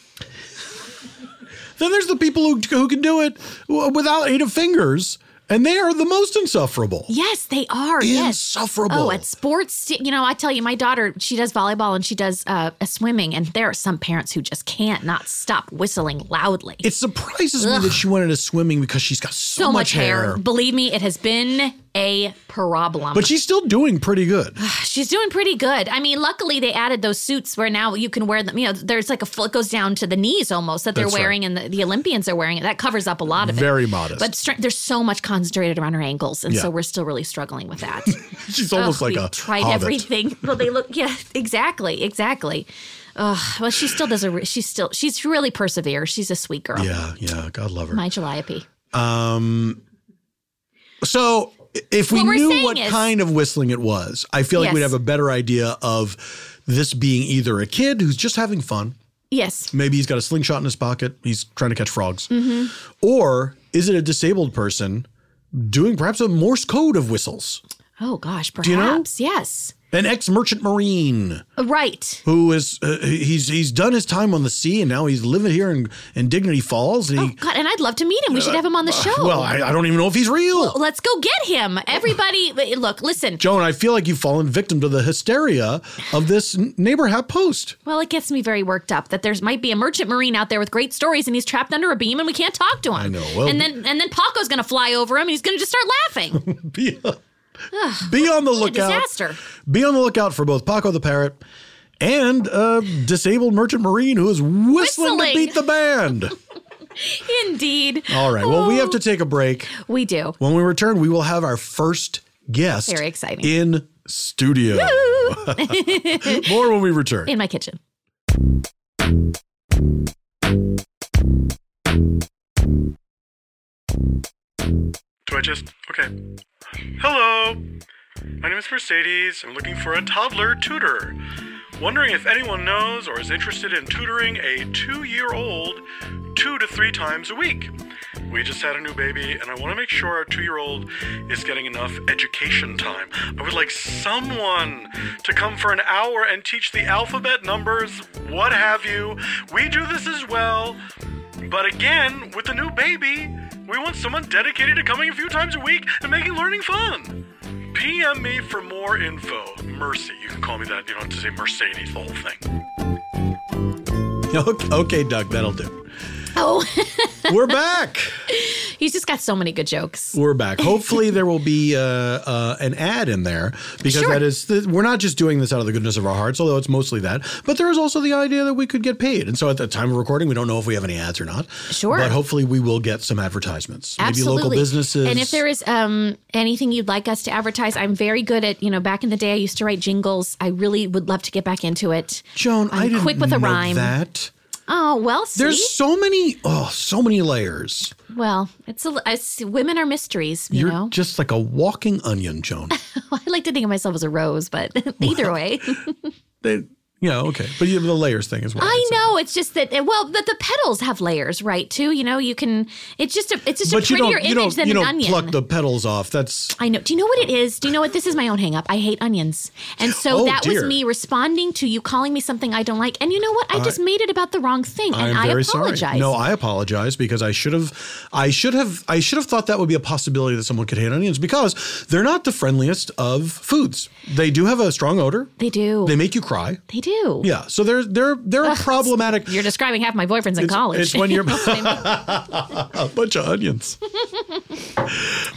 Speaker 2: Then there's the people who who can do it w- without eight of fingers, and they are the most insufferable.
Speaker 3: Yes, they are. Yes.
Speaker 2: Insufferable.
Speaker 3: Oh, at sports, you know, I tell you, my daughter, she does volleyball and she does uh, swimming, and there are some parents who just can't not stop whistling loudly.
Speaker 2: It surprises me that she went into swimming because she's got so,
Speaker 3: so much hair. Believe me, it has been a problem.
Speaker 2: But she's still doing pretty good.
Speaker 3: She's doing pretty good. I mean, luckily they added those suits where now you can wear them. You know, there's like a full, it goes down to the knees almost that they're
Speaker 2: That's right.
Speaker 3: wearing, and the, the Olympians are wearing it. That covers up a lot of it.
Speaker 2: Very modest.
Speaker 3: But stre- there's so much concentrated around her ankles, and
Speaker 2: Yeah.
Speaker 3: so we're still really struggling with that.
Speaker 2: She's almost
Speaker 3: Ugh,
Speaker 2: like
Speaker 3: we've
Speaker 2: a
Speaker 3: tried
Speaker 2: hobbit.
Speaker 3: everything. Well, they look yeah, exactly, exactly. Ugh, well, she still does a. Re- she's still she's really perseveres. She's a sweet girl.
Speaker 2: Yeah, yeah, God love her.
Speaker 3: My Calliope.
Speaker 2: so if we
Speaker 3: What we're
Speaker 2: knew
Speaker 3: saying
Speaker 2: what
Speaker 3: is-
Speaker 2: kind of whistling it was, I feel like we'd
Speaker 3: Yes.
Speaker 2: have a better idea of this being either a kid who's just having fun,
Speaker 3: Yes.
Speaker 2: maybe he's got a slingshot in his pocket, he's trying to catch frogs,
Speaker 3: Mm-hmm.
Speaker 2: or is it a disabled person doing perhaps a Morse code of whistles,
Speaker 3: Oh gosh, perhaps
Speaker 2: you know?
Speaker 3: yes.
Speaker 2: an ex merchant marine?
Speaker 3: Right.
Speaker 2: who is uh, he's he's done his time on the sea and now he's living here in, in Dignity Falls. And he,
Speaker 3: God, and I'd love to meet him. We should have him on the show.
Speaker 2: Uh, well, I, I don't even know if he's real.
Speaker 3: Let's go get him. Everybody, look, listen.
Speaker 2: Joan, I feel like you've fallen victim to the hysteria of this n- neighbor hat post.
Speaker 3: Well, it gets me very worked up that there's might be a merchant marine out there with great stories, and he's trapped under a beam, and we can't talk to him. I
Speaker 2: know, well-
Speaker 3: and then and then Paco's gonna fly over him, and he's gonna just start laughing.
Speaker 2: Be, be on the
Speaker 3: Ah, a
Speaker 2: lookout.
Speaker 3: disaster.
Speaker 2: Be on the lookout for both Paco the parrot and a disabled merchant marine who is whistling, to
Speaker 3: Whistling.
Speaker 2: beat the band.
Speaker 3: Indeed.
Speaker 2: All right. Well, we have
Speaker 3: Oh.
Speaker 2: to take a break.
Speaker 3: We do.
Speaker 2: When we return, we will have our first guest
Speaker 3: Very exciting.
Speaker 2: in studio. More when we return.
Speaker 3: in my kitchen.
Speaker 4: Do I just. Okay. Hello! My name is Mercedes. I'm looking for a toddler tutor. Wondering if anyone knows or is interested in tutoring a two year old two to three times a week. We just had a new baby, and I want to make sure our two year old is getting enough education time. I would like someone to come for an hour and teach the alphabet, numbers, what have you. We do this as well. But again, with the new baby, we want someone dedicated to coming a few times a week and making learning fun. PM me for more info. Mercy. You can call me that. You don't have to say Mercedes, the whole thing.
Speaker 2: Okay, okay, Doug, that'll do.
Speaker 3: Oh,
Speaker 2: We're back.
Speaker 3: he's just got so many good jokes.
Speaker 2: We're back. Hopefully, there will be uh, uh, an ad in there because
Speaker 3: Sure.
Speaker 2: that is th- we're not just doing this out of the goodness of our hearts, although it's mostly that. But there is also the idea that we could get paid, and so at the time of recording, we don't know if we have any ads or not.
Speaker 3: Sure.
Speaker 2: but hopefully, we will get some advertisements.
Speaker 3: Absolutely.
Speaker 2: Maybe local businesses.
Speaker 3: And if there is um, anything you'd like us to advertise, I'm very good at, you know, back in the day I used to write jingles. I really would love to get back into it.
Speaker 2: Joan,
Speaker 3: I'm
Speaker 2: I didn't
Speaker 3: quick with a
Speaker 2: know
Speaker 3: rhyme.
Speaker 2: that.
Speaker 3: Oh, well, see?
Speaker 2: There's so many, oh, so many layers.
Speaker 3: well, it's, a, it's women are mysteries, you
Speaker 2: You're
Speaker 3: know.
Speaker 2: just like a walking onion, Joan.
Speaker 3: I like to think of myself as a rose, but either way.
Speaker 2: they, yeah, okay, but you have the layers thing as well.
Speaker 3: I know it's just that eh, well, but the petals have layers, right? Too, you know, you can. It's just a it's just
Speaker 2: But
Speaker 3: a
Speaker 2: you
Speaker 3: prettier
Speaker 2: don't,
Speaker 3: image
Speaker 2: you don't,
Speaker 3: than
Speaker 2: you
Speaker 3: an
Speaker 2: don't
Speaker 3: onion.
Speaker 2: pluck the petals off. That's
Speaker 3: I know. Do you know what it is? Do you know what this is? My own hang up. I hate onions, and so
Speaker 2: Oh,
Speaker 3: that
Speaker 2: dear.
Speaker 3: was me responding to you calling me something I don't like. And you know what? I just made it about the wrong thing, and
Speaker 2: I'm
Speaker 3: I
Speaker 2: very
Speaker 3: apologize.
Speaker 2: sorry. No, I apologize because I should have, I should have, I should have thought that would be a possibility that someone could hate onions because they're not the friendliest of foods. They do have a strong odor.
Speaker 3: they do.
Speaker 2: They make you cry.
Speaker 3: They do.
Speaker 2: Yeah, so they're they're they're a problematic.
Speaker 3: You're describing half my boyfriends in college.
Speaker 2: It's when you're a bunch of onions.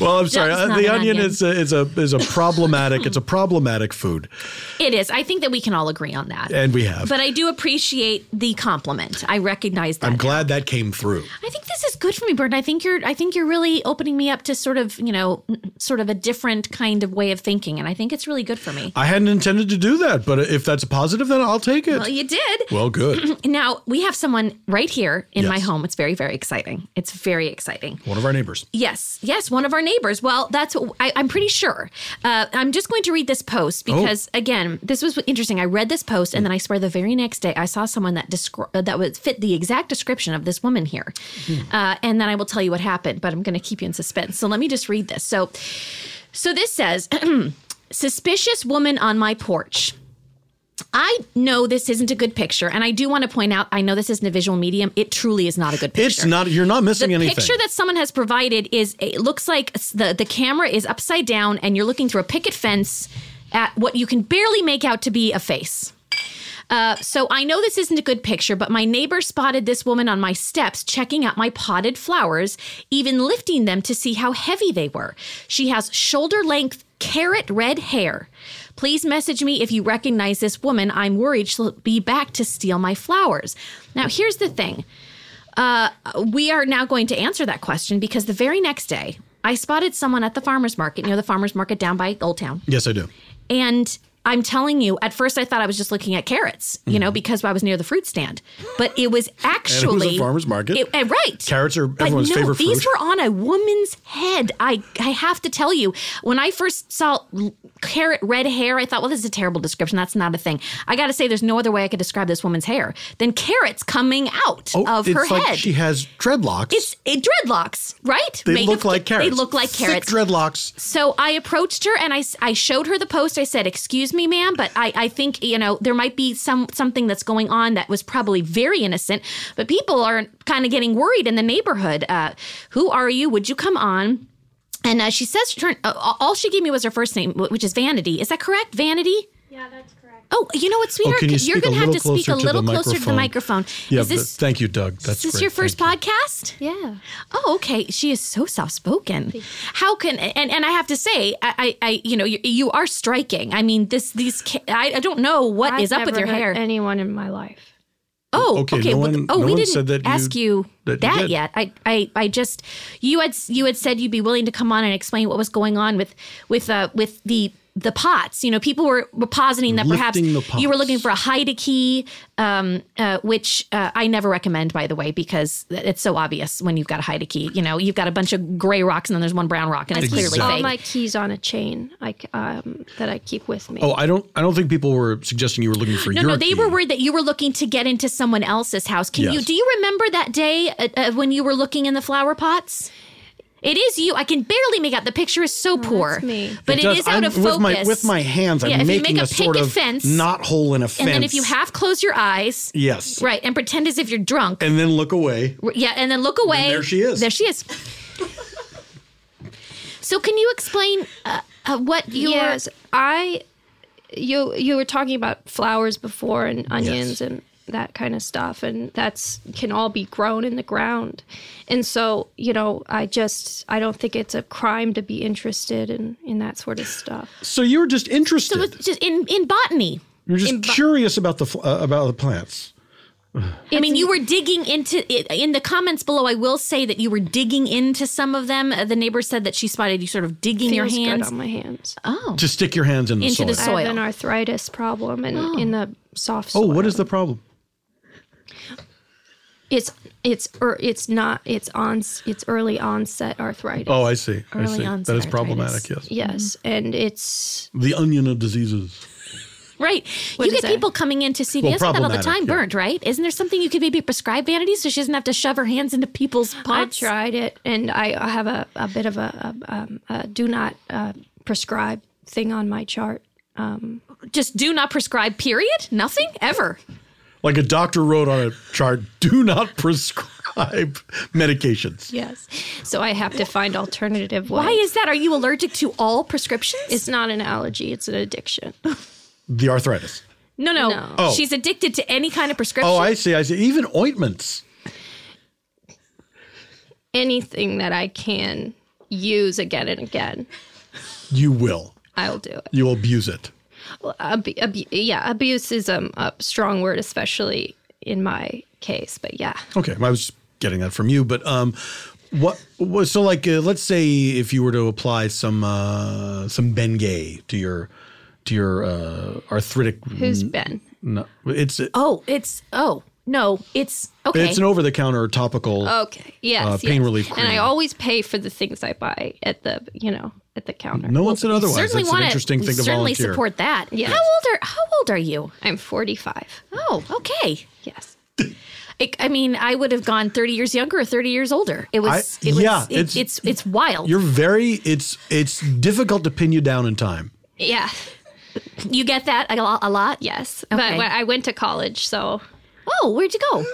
Speaker 2: well, I'm sorry.
Speaker 3: it's
Speaker 2: Uh,
Speaker 3: not
Speaker 2: the
Speaker 3: an
Speaker 2: onion,
Speaker 3: onion.
Speaker 2: is a, is a is a problematic. it's a problematic food,
Speaker 3: it is. I think that we can all agree on that.
Speaker 2: and we have.
Speaker 3: but I do appreciate the compliment. I recognize that.
Speaker 2: I'm glad that came through.
Speaker 3: I think this is good for me, Bert. I think you're I think you're really opening me up to sort of, you know, sort of a different kind of way of thinking. And I think it's really good for me.
Speaker 2: I hadn't intended to do that, but if that's a positive, then I'll take it.
Speaker 3: Well,
Speaker 2: Well,
Speaker 3: you did.
Speaker 2: good.
Speaker 3: Now we have someone right here in my
Speaker 2: Yes.
Speaker 3: home. It's very, very exciting. It's very exciting.
Speaker 2: One of our neighbors.
Speaker 3: Yes, yes, one of our neighbors. Well, that's what I, I'm pretty sure. Uh, I'm just going to read this post because, again, this was interesting. I read this post, and then I swear the very next day I saw someone that descri- uh, that would fit the exact description of this woman here, uh, and then I will tell you what happened. But I'm going to keep you in suspense. So let me just read this. So, so this says, suspicious woman on my porch. I know this isn't a good picture, and I do want to point out. I know this isn't a visual medium. It truly is not a good picture
Speaker 2: It's not. You're not missing
Speaker 3: the
Speaker 2: anything.
Speaker 3: picture that someone has provided is it looks like s- the the camera is upside down and you're looking through a picket fence at what you can barely make out to be a face. Uh, so I know this isn't a good picture, but my neighbor spotted this woman on my steps checking out my potted flowers, even lifting them to see how heavy they were. She has shoulder length carrot red hair. Please message me if you recognize this woman. I'm worried she'll be back to steal my flowers. Now here's the thing we are now going to answer that question because the very next day I spotted someone at the farmer's market, you know, the farmer's market down by Old Town.
Speaker 2: yes, I do.
Speaker 3: And I'm telling you, at first I thought I was just looking at carrots, you
Speaker 2: Mm-hmm.
Speaker 3: know, because I was near the fruit stand. But it was actually
Speaker 2: farmer's market.
Speaker 3: It- uh, right.
Speaker 2: Carrots are everyone's
Speaker 3: but no,
Speaker 2: favorite
Speaker 3: These
Speaker 2: fruit.
Speaker 3: were on a woman's head. I I have to tell you, when I first saw l- carrot red hair, I thought, well, this is a terrible description. That's not a thing. I got to say, there's no other way I could describe this woman's hair than carrots coming out of
Speaker 2: Oh, it's
Speaker 3: her
Speaker 2: like
Speaker 3: head.
Speaker 2: she has dreadlocks.
Speaker 3: It's it, dreadlocks, right?
Speaker 2: they
Speaker 3: Made
Speaker 2: look
Speaker 3: of-
Speaker 2: like carrots.
Speaker 3: They look like
Speaker 2: Thick
Speaker 3: carrots.
Speaker 2: dreadlocks.
Speaker 3: so I approached her and I, s- I showed her the post. I said, "Excuse me, ma'am, but I, I think you know there might be some something that's going on that was probably very innocent, but people are kind of getting worried in the neighborhood. Uh, who are you? Would you come on?" And uh, she says, "Turn." Uh, all she gave me was her first name, wh- which is Vanity. Is that correct, Vanity?
Speaker 5: Yeah, that's correct.
Speaker 3: Oh, you know what, sweetheart?
Speaker 2: can you
Speaker 3: are
Speaker 2: speak a
Speaker 3: going to have
Speaker 2: little
Speaker 3: to speak
Speaker 2: closer
Speaker 3: a
Speaker 2: to the
Speaker 3: little closer to the
Speaker 2: microphone?
Speaker 3: microphone.
Speaker 2: Yeah.
Speaker 3: is this,
Speaker 2: but thank you, Doug. That's
Speaker 3: is this
Speaker 2: great.
Speaker 3: your first
Speaker 2: Thank
Speaker 3: podcast?
Speaker 5: Yeah.
Speaker 3: Oh, okay. She is so soft spoken. How can and and I have to say, I, I, I you know, you, you are striking. I mean, this these ca- I, I don't know what is
Speaker 5: I've
Speaker 3: up with
Speaker 5: never
Speaker 3: your hair.
Speaker 5: hurt Anyone in my life?
Speaker 3: oh,
Speaker 2: Okay,
Speaker 3: okay.
Speaker 2: no
Speaker 3: well,
Speaker 2: one-
Speaker 3: oh,
Speaker 2: no
Speaker 3: we
Speaker 2: one
Speaker 3: didn't
Speaker 2: said that you-
Speaker 3: ask you
Speaker 2: that you
Speaker 3: that,
Speaker 2: did.
Speaker 3: yet. I, I, I just you had you had said you'd be willing to come on and explain what was going on with with uh with the the pots. You know, people were, were positing that perhaps
Speaker 2: Lifting the
Speaker 3: you were
Speaker 2: pots.
Speaker 3: looking for a Haida key, um, uh, which uh, I never recommend, by the way, because it's so obvious when you've got a Haida key. You know, you've got a bunch of gray rocks and then there's one brown rock, and it's
Speaker 2: Exactly.
Speaker 3: clearly
Speaker 5: All
Speaker 3: fake.
Speaker 5: my keys on a chain, like um, that I keep with me.
Speaker 2: Oh, I don't. I don't think people were suggesting you were looking for
Speaker 3: No,
Speaker 2: your
Speaker 3: no, they
Speaker 2: key.
Speaker 3: were worried that you were looking to get into someone else's house. Can you?
Speaker 2: Yes.
Speaker 3: Do you remember that day uh, uh, when you were looking in the flower pots? It is you. I can barely make out. The picture is so poor,
Speaker 5: Oh, me.
Speaker 3: but it
Speaker 2: does-
Speaker 3: is out
Speaker 2: I'm-
Speaker 3: of focus.
Speaker 2: With my, with my hands,
Speaker 3: Yeah,
Speaker 2: I'm
Speaker 3: if you
Speaker 2: making
Speaker 3: make a
Speaker 2: a sort
Speaker 3: picket
Speaker 2: of
Speaker 3: fence,
Speaker 2: knot hole in a fence.
Speaker 3: and then if you half close your eyes,
Speaker 2: yes,
Speaker 3: right, and pretend as if you're drunk,
Speaker 2: and then look away.
Speaker 3: R- yeah, and then look away.
Speaker 2: there she is.
Speaker 3: There she is. so, can you explain uh, uh, what your
Speaker 5: yes, I. You you were talking about flowers before and
Speaker 2: Yes.
Speaker 5: onions and that kind of stuff, and that's can all be grown in the ground, and so you know I just I don't think it's a crime to be interested in in that sort of stuff.
Speaker 2: So you were just interested.
Speaker 3: so it's just in in botany?
Speaker 2: You're just curious about the fl- uh, about the plants.
Speaker 3: I mean, you were digging into it. In the comments below, I will say that you were digging into some of them. Uh, the neighbor said that she spotted you sort of digging your
Speaker 5: Feels good
Speaker 3: hands.
Speaker 5: on my hands.
Speaker 3: Oh,
Speaker 2: To stick your hands in the
Speaker 3: Into
Speaker 2: soil.
Speaker 3: the
Speaker 5: I
Speaker 3: soil.
Speaker 5: have an arthritis problem and in the soft
Speaker 2: oh,
Speaker 5: soil.
Speaker 2: what is the problem?
Speaker 5: It's it's or it's not it's on it's early onset arthritis.
Speaker 2: Oh, I see. I
Speaker 3: Early
Speaker 2: see. That is
Speaker 3: onset
Speaker 2: problematic. Yes,
Speaker 5: Yes,
Speaker 3: Mm-hmm.
Speaker 5: and it's
Speaker 2: the onion of diseases.
Speaker 3: right.
Speaker 5: What
Speaker 3: you
Speaker 5: is
Speaker 3: get
Speaker 5: that?
Speaker 3: people coming into CVS with that all the
Speaker 2: problematic,
Speaker 3: time,
Speaker 2: yeah.
Speaker 3: burnt, right? Isn't there something you could maybe prescribe Vanity so she doesn't have to shove her hands into people's
Speaker 5: I
Speaker 3: pots?
Speaker 5: tried it, and I I have a, a bit of a, a, um, a do not uh, prescribe thing on my chart.
Speaker 3: Just do not prescribe. Period. Nothing ever.
Speaker 2: Like a doctor wrote on a chart, do not prescribe medications.
Speaker 5: Yes, so I have to find alternative ways.
Speaker 3: Why is that? Are you allergic to all prescriptions?
Speaker 5: it's not an allergy? It's an addiction.
Speaker 2: The arthritis.
Speaker 3: no, no.
Speaker 5: No.
Speaker 2: Oh.
Speaker 3: She's addicted to any kind of prescription.
Speaker 2: Oh, I see. I see. Even ointments.
Speaker 5: Anything that I can use again and again,
Speaker 2: You will.
Speaker 5: I'll do it.
Speaker 2: You will abuse it.
Speaker 5: Ab- ab- yeah, abuse is um, a strong word, especially in my case. But yeah,
Speaker 2: Okay, I was getting that from you, but um, what was so like? Uh, let's say if you were to apply some uh, some Bengay to your to your uh, arthritic,
Speaker 5: who's Ben?
Speaker 2: no, it's
Speaker 3: Oh, it's oh no, it's okay. Oh.
Speaker 2: it's an over the counter topical.
Speaker 5: Okay. Yes.
Speaker 2: Uh, pain
Speaker 5: yes.
Speaker 2: relief
Speaker 5: And I
Speaker 2: cream.
Speaker 5: always pay for the things I buy at the you know at the counter.
Speaker 2: no one said otherwise.
Speaker 3: certainly
Speaker 2: That's an
Speaker 3: want
Speaker 2: interesting
Speaker 3: to
Speaker 2: thing to
Speaker 3: certainly
Speaker 2: volunteer.
Speaker 3: support that.
Speaker 5: Yeah.
Speaker 3: How old are How old are you?
Speaker 5: I'm 45.
Speaker 3: Oh, okay.
Speaker 5: Yes.
Speaker 3: I I mean, I would have gone 30 years younger or 30 years older. It was.
Speaker 2: I-
Speaker 3: it was
Speaker 2: yeah,
Speaker 3: it-
Speaker 2: it's-
Speaker 3: it's, it's wild.
Speaker 2: You're very. It's it's difficult to pin you down in time.
Speaker 5: Yeah.
Speaker 3: You get that a lot. A lot?
Speaker 5: Yes.
Speaker 3: Okay.
Speaker 5: But when I went to college, so
Speaker 3: Oh, where'd you go?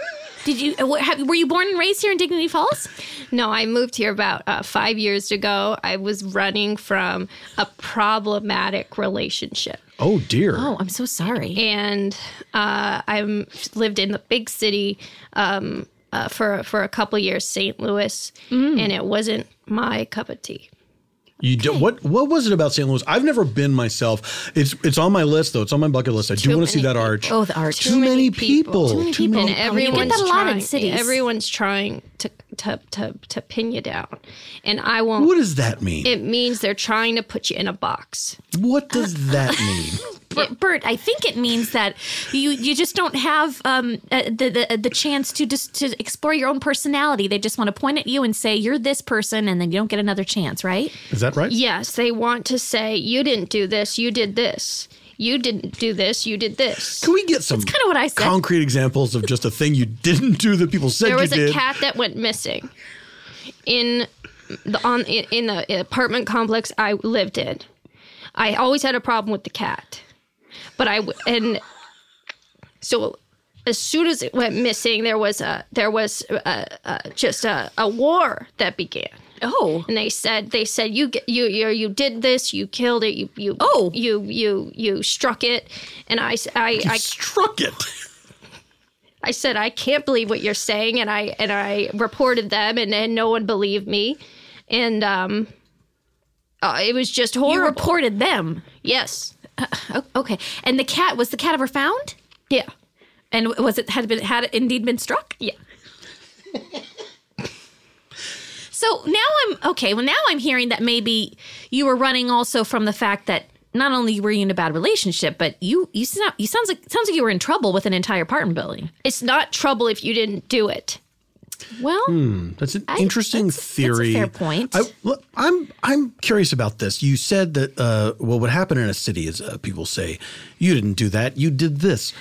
Speaker 3: Did you uh, wh- have, were you born and raised here in Dignity Falls?
Speaker 5: no, I moved here about uh, five years ago. I was running from a problematic relationship.
Speaker 2: Oh dear.
Speaker 3: Oh, I'm so sorry.
Speaker 5: and uh, I'm lived in the big city um, uh, for for a couple years, St. Louis, and it wasn't my cup of tea.
Speaker 2: You do, what what was it about St. Louis? I've never been myself. It's it's on my list though. It's on my bucket list. I do want to see
Speaker 5: many
Speaker 2: that arch.
Speaker 3: Oh, the arch.
Speaker 2: too, many, people.
Speaker 3: Too many people.
Speaker 5: And
Speaker 3: Oh, you get
Speaker 5: everyone's
Speaker 3: that a lot in
Speaker 5: trying,
Speaker 3: cities.
Speaker 5: Everyone's trying to, to to to pin you down, and I won't.
Speaker 2: What does that mean?
Speaker 5: it means they're trying to put you in a box.
Speaker 2: what does that mean?
Speaker 3: Bert, Bert, I think it means that you you just don't have um, uh, the, the the chance to just to explore your own personality. They just want to point at you and say you're this person, and then you don't get another chance, right?
Speaker 2: Is that right?
Speaker 5: Yes, they want to say you didn't do this, you did this, you didn't do this, you did this.
Speaker 2: Can we get some
Speaker 3: kinda what I said.
Speaker 2: concrete examples of just a thing you didn't do that people said
Speaker 5: there
Speaker 2: you
Speaker 5: was
Speaker 2: did?
Speaker 5: a cat that went missing in the on in in the apartment complex I lived in. I always had a problem with the cat, but I w- and so as soon as it went missing, there was a there was a, a, just a, a war that began.
Speaker 3: Oh,
Speaker 5: And they said they said you get- you you you did this you killed it you you
Speaker 3: Oh.
Speaker 5: you you you struck it and I s- I- I
Speaker 2: Struck it.
Speaker 5: I said, I can't believe what you're saying, and I and I reported them, and, and no one believed me, and um, uh, it was just
Speaker 3: you
Speaker 5: horrible.
Speaker 3: reported them.
Speaker 5: yes,
Speaker 3: O- Okay, and the cat was the cat ever found?
Speaker 5: yeah,
Speaker 3: And w- was it had been had it indeed been struck?
Speaker 5: yeah.
Speaker 3: So now I'm okay. Well, now I'm hearing that maybe you were running also from the fact that not only were you in a bad relationship, but you you sound you sounds like sounds like you were in trouble with an entire apartment building.
Speaker 5: It's not trouble if you didn't do it.
Speaker 3: Well,
Speaker 2: That's an interesting
Speaker 3: that's- that's a
Speaker 2: theory.
Speaker 3: fair point.
Speaker 2: I, look, I'm I'm curious about this. You said that uh, well, what happened in a city is uh, people say you didn't do that, you did this.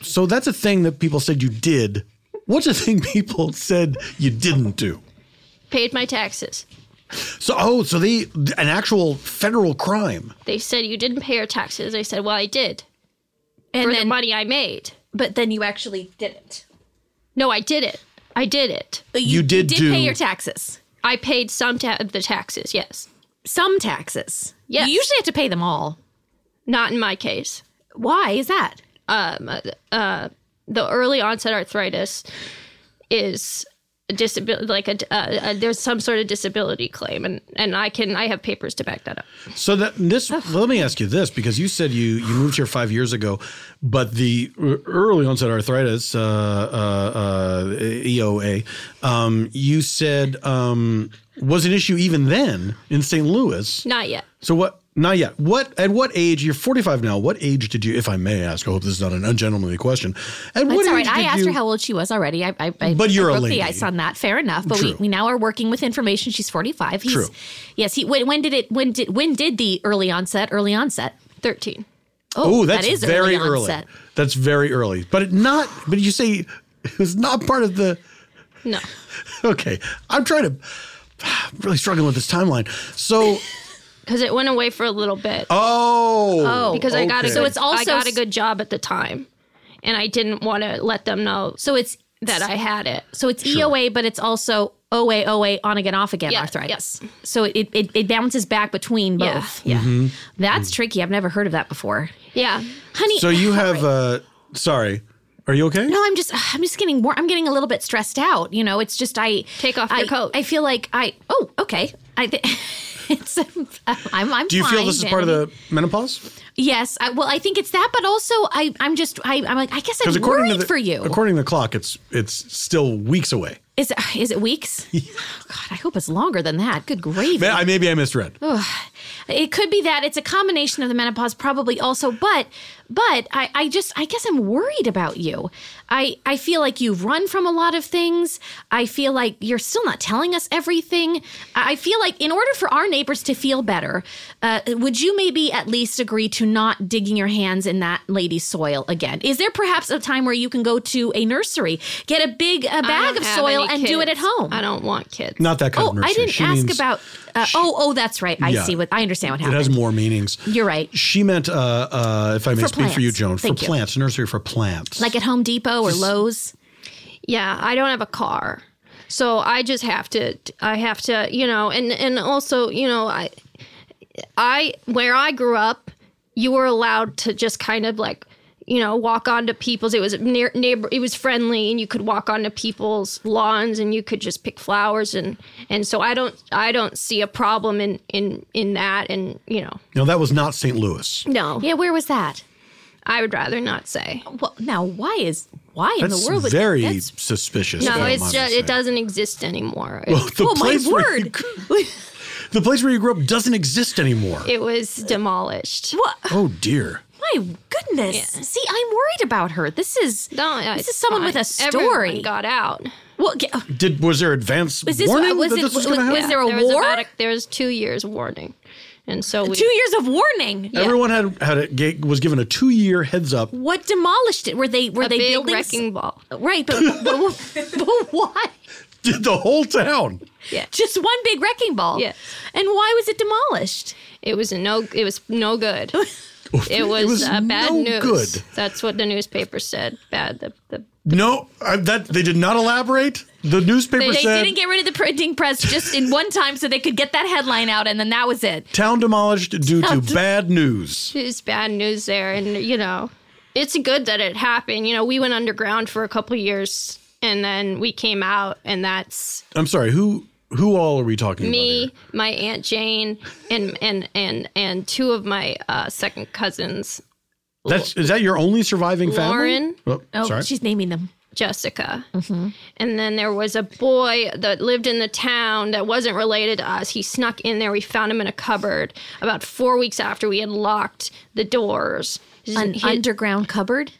Speaker 2: So that's a thing that people said you did. What's a thing people said you didn't do?
Speaker 5: Paid my taxes.
Speaker 2: So oh, so they an actual federal crime.
Speaker 5: They said you didn't pay your taxes. I said, well, I did.
Speaker 3: and
Speaker 5: for
Speaker 3: then
Speaker 5: the money I made.
Speaker 3: but then you actually didn't.
Speaker 5: No, I did it. I did it.
Speaker 3: But
Speaker 2: You did
Speaker 3: did
Speaker 2: do-
Speaker 3: pay your taxes.
Speaker 5: I paid some ta- of the taxes, yes.
Speaker 3: Some taxes.
Speaker 5: Yes.
Speaker 3: You usually have to pay them all.
Speaker 5: Not in my case.
Speaker 3: Why is that?
Speaker 5: Um, uh, the early onset arthritis is disability like a uh, uh, there's some sort of disability claim and and I can I have papers to back that up.
Speaker 2: So that this, let me ask you this, because you said you you moved here five years ago, but the e- early onset arthritis, uh, uh, uh, EOA, um, you said um, was an issue even then in St. Louis.
Speaker 5: Not yet.
Speaker 2: So what? Not yet. What at what age? You're 45 now. What age did you, if I may ask? I hope this is not an ungentlemanly question. At what
Speaker 3: That's all
Speaker 2: age did
Speaker 3: right. I asked
Speaker 2: you,
Speaker 3: her how old she was already. I, I, I
Speaker 2: But you're
Speaker 3: I
Speaker 2: a
Speaker 3: broke
Speaker 2: lady.
Speaker 3: the ice on that. Fair enough. But we,
Speaker 2: True.
Speaker 3: we now are working with information. She's 45. He's,
Speaker 2: True.
Speaker 3: Yes. He. When, when did it? When did? When did the early onset? Early onset.
Speaker 5: 13.
Speaker 2: Oh,
Speaker 3: that
Speaker 2: that's
Speaker 3: is
Speaker 2: very
Speaker 3: early
Speaker 2: early.
Speaker 3: onset.
Speaker 2: That's very early. But it not. But you say it was not part of the.
Speaker 5: No.
Speaker 2: Okay, I'm trying to. I'm really struggling with this timeline. So,
Speaker 5: Cuz it went away for a little bit.
Speaker 2: oh,
Speaker 5: because I got
Speaker 2: okay.
Speaker 5: a good,
Speaker 3: So it's also
Speaker 5: I got a
Speaker 3: s-
Speaker 5: good job at the time and I didn't want to let them know
Speaker 3: So it's
Speaker 5: that uh, I had it.
Speaker 3: So it's EOA, but it's also OA, OA, on again, off again
Speaker 5: Yeah,
Speaker 3: arthritis. So it, it, it bounces back between both.
Speaker 5: Yeah,
Speaker 3: yeah.
Speaker 2: Mm-hmm.
Speaker 3: That's tricky. I've never heard of that before.
Speaker 5: Yeah.
Speaker 3: Honey,
Speaker 2: So you have. Uh, sorry, are you okay?
Speaker 3: Oh. no, I'm just, I'm just getting more, I'm getting a little bit stressed out. You know, it's just, I
Speaker 5: Take off your
Speaker 3: I-
Speaker 5: coat.
Speaker 3: I feel like I, oh, okay. I think it's, I'm, I'm
Speaker 2: Do you feel
Speaker 3: fine,
Speaker 2: this is part of
Speaker 3: Vanity.
Speaker 2: the menopause?
Speaker 3: Yes. I, well, I think it's that, but also I, I'm just, I, I'm like, I guess I'm worried
Speaker 2: to the,
Speaker 3: for you.
Speaker 2: according to the clock, it's it's still weeks away.
Speaker 3: is, it- is it weeks? oh, God, I hope it's longer than that. Good gravy.
Speaker 2: May- I, maybe I misread.
Speaker 3: Oh. it could be that it's a combination of the menopause probably also but but I, I just i guess i'm worried about you i i feel like you've run from a lot of things i feel like you're still not telling us everything i I feel like in order for our neighbors to feel better uh, would you maybe at least agree to not digging your hands in that lady's soil again is there perhaps a time where you can go to a nursery get a big a
Speaker 5: I
Speaker 3: bag
Speaker 5: don't
Speaker 3: of
Speaker 5: have
Speaker 3: soil
Speaker 5: any
Speaker 3: and do it at
Speaker 5: kids.
Speaker 3: home
Speaker 5: I don't want kids.
Speaker 2: Not that kind
Speaker 3: Oh,
Speaker 2: of nursery.
Speaker 3: I didn't
Speaker 2: She
Speaker 3: ask
Speaker 2: means-
Speaker 3: about. Uh, oh, oh, that's right. I
Speaker 2: Yeah.
Speaker 3: see what I understand. What
Speaker 2: It
Speaker 3: happened?
Speaker 2: has more meanings.
Speaker 3: You're right.
Speaker 2: She meant, uh, uh, if I may
Speaker 3: For
Speaker 2: speak for you,
Speaker 3: plants.
Speaker 2: Joan,
Speaker 3: Thank
Speaker 2: for
Speaker 3: you.
Speaker 2: plants, nursery for plants.
Speaker 3: like at Home Depot or Lowe's.
Speaker 5: Yeah, I don't have a car. So I just have to I have to, you know, and and also, you know, I I where I grew up, you were allowed to just kind of like you know, walk onto people's. It was near neighbor. It was friendly, and you could walk onto people's lawns, and you could just pick flowers, and and so I don't, I don't see a problem in in in that, and you know,
Speaker 2: no, that was not St. Louis.
Speaker 5: no,
Speaker 3: Yeah, where was that?
Speaker 5: I would rather not say.
Speaker 3: Well, now why is why in
Speaker 2: That's
Speaker 3: the world? would-
Speaker 2: very
Speaker 3: that's-
Speaker 2: suspicious.
Speaker 5: No,
Speaker 2: if I
Speaker 5: it's
Speaker 2: might
Speaker 5: just
Speaker 2: say.
Speaker 5: it doesn't exist anymore.
Speaker 2: The
Speaker 3: oh my
Speaker 2: place where you
Speaker 3: word!
Speaker 2: The place where you grew up doesn't exist anymore.
Speaker 5: it was demolished.
Speaker 3: what?
Speaker 2: oh dear.
Speaker 3: My goodness! See, I'm worried about her. This is
Speaker 5: No,
Speaker 3: this is someone with a
Speaker 5: Everyone
Speaker 3: story.
Speaker 5: got out.
Speaker 3: Well, g- uh,
Speaker 2: Did was there advance
Speaker 3: Was this-
Speaker 2: warning
Speaker 3: was
Speaker 2: that
Speaker 3: it-
Speaker 2: this was going to
Speaker 3: was-
Speaker 2: happen?
Speaker 3: was there a
Speaker 5: there was
Speaker 3: war?
Speaker 5: about a, there was two years warning, and so we,
Speaker 3: two years of warning.
Speaker 2: Everyone had had a, ga- was given a two year heads up.
Speaker 3: What demolished it? Were they were
Speaker 5: a
Speaker 3: they
Speaker 5: big
Speaker 3: building s-
Speaker 5: wrecking ball.
Speaker 3: Right, but, but, but why?
Speaker 2: Did the whole town?
Speaker 5: Yeah,
Speaker 3: Just one big wrecking ball.
Speaker 5: Yes.
Speaker 3: And why was it demolished?
Speaker 5: it was a no. It was no good. It was,
Speaker 2: was
Speaker 5: uh, bad
Speaker 2: no
Speaker 5: news.
Speaker 2: good.
Speaker 5: That's what the newspaper said. Bad. The, the,
Speaker 2: No, I, that they did not elaborate. The newspaper
Speaker 3: They, they
Speaker 2: said
Speaker 3: didn't get rid of the printing press just in one time, so they could get that headline out, and then that was it.
Speaker 2: town demolished due to bad news.
Speaker 5: it was bad news there, and you know, it's good that it happened. You know, we went underground for a couple years, and then we came out, and that's
Speaker 2: I'm sorry. Who who all are we talking
Speaker 5: me, my aunt Jane, and and and and two of my uh, second cousins,
Speaker 2: about? Here? That's is that your only surviving
Speaker 5: Lauren.
Speaker 2: family? Oh,
Speaker 3: Oh,
Speaker 2: sorry.
Speaker 3: she's naming them.
Speaker 5: Jessica.
Speaker 3: Mm-hmm.
Speaker 5: And then there was a boy that lived in the town that wasn't related to us. He snuck in there. We found him in a cupboard about four weeks after we had locked the doors.
Speaker 3: An
Speaker 5: His-
Speaker 3: underground cupboard?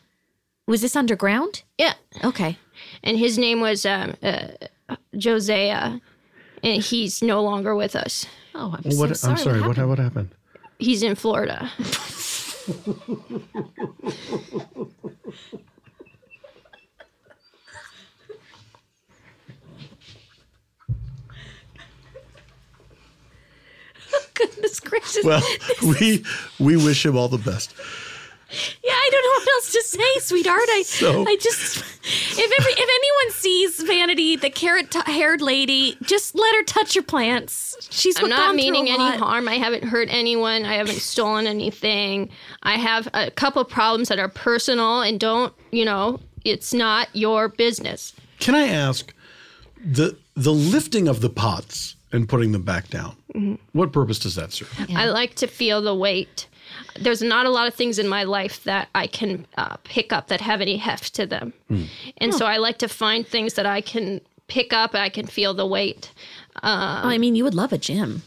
Speaker 3: Was this underground?
Speaker 5: yeah.
Speaker 3: Okay.
Speaker 5: And his name was um, uh, Josea. And he's no longer with us.
Speaker 3: Oh, I'm
Speaker 2: Well,
Speaker 3: so
Speaker 2: what,
Speaker 3: sorry.
Speaker 2: I'm sorry. What
Speaker 3: happened?
Speaker 2: happened? What, happened?
Speaker 5: He's in Florida.
Speaker 3: Goodness gracious.
Speaker 2: Well, we we wish him all the best.
Speaker 3: Yeah, I don't know what else to say, sweetheart. I,
Speaker 2: So-
Speaker 3: I just, if every, if anyone sees Vanity, the carrot-haired lady, just let her touch your plants. She's
Speaker 5: I'm
Speaker 3: gone
Speaker 5: not
Speaker 3: through
Speaker 5: meaning
Speaker 3: a
Speaker 5: any
Speaker 3: lot.
Speaker 5: harm. I haven't hurt anyone. I haven't stolen anything. I have a couple of problems that are personal and don't, you know, it's not your business.
Speaker 2: Can I ask the the lifting of the pots and putting them back down?
Speaker 3: Mm-hmm.
Speaker 2: What purpose does that serve?
Speaker 5: I like to feel the weight. There's not a lot of things in my life that I can uh, pick up that have any heft to them.
Speaker 3: Hmm.
Speaker 5: And so I like to find things that I can pick up, I can feel the weight.
Speaker 3: Oh, I mean, you would love a gym.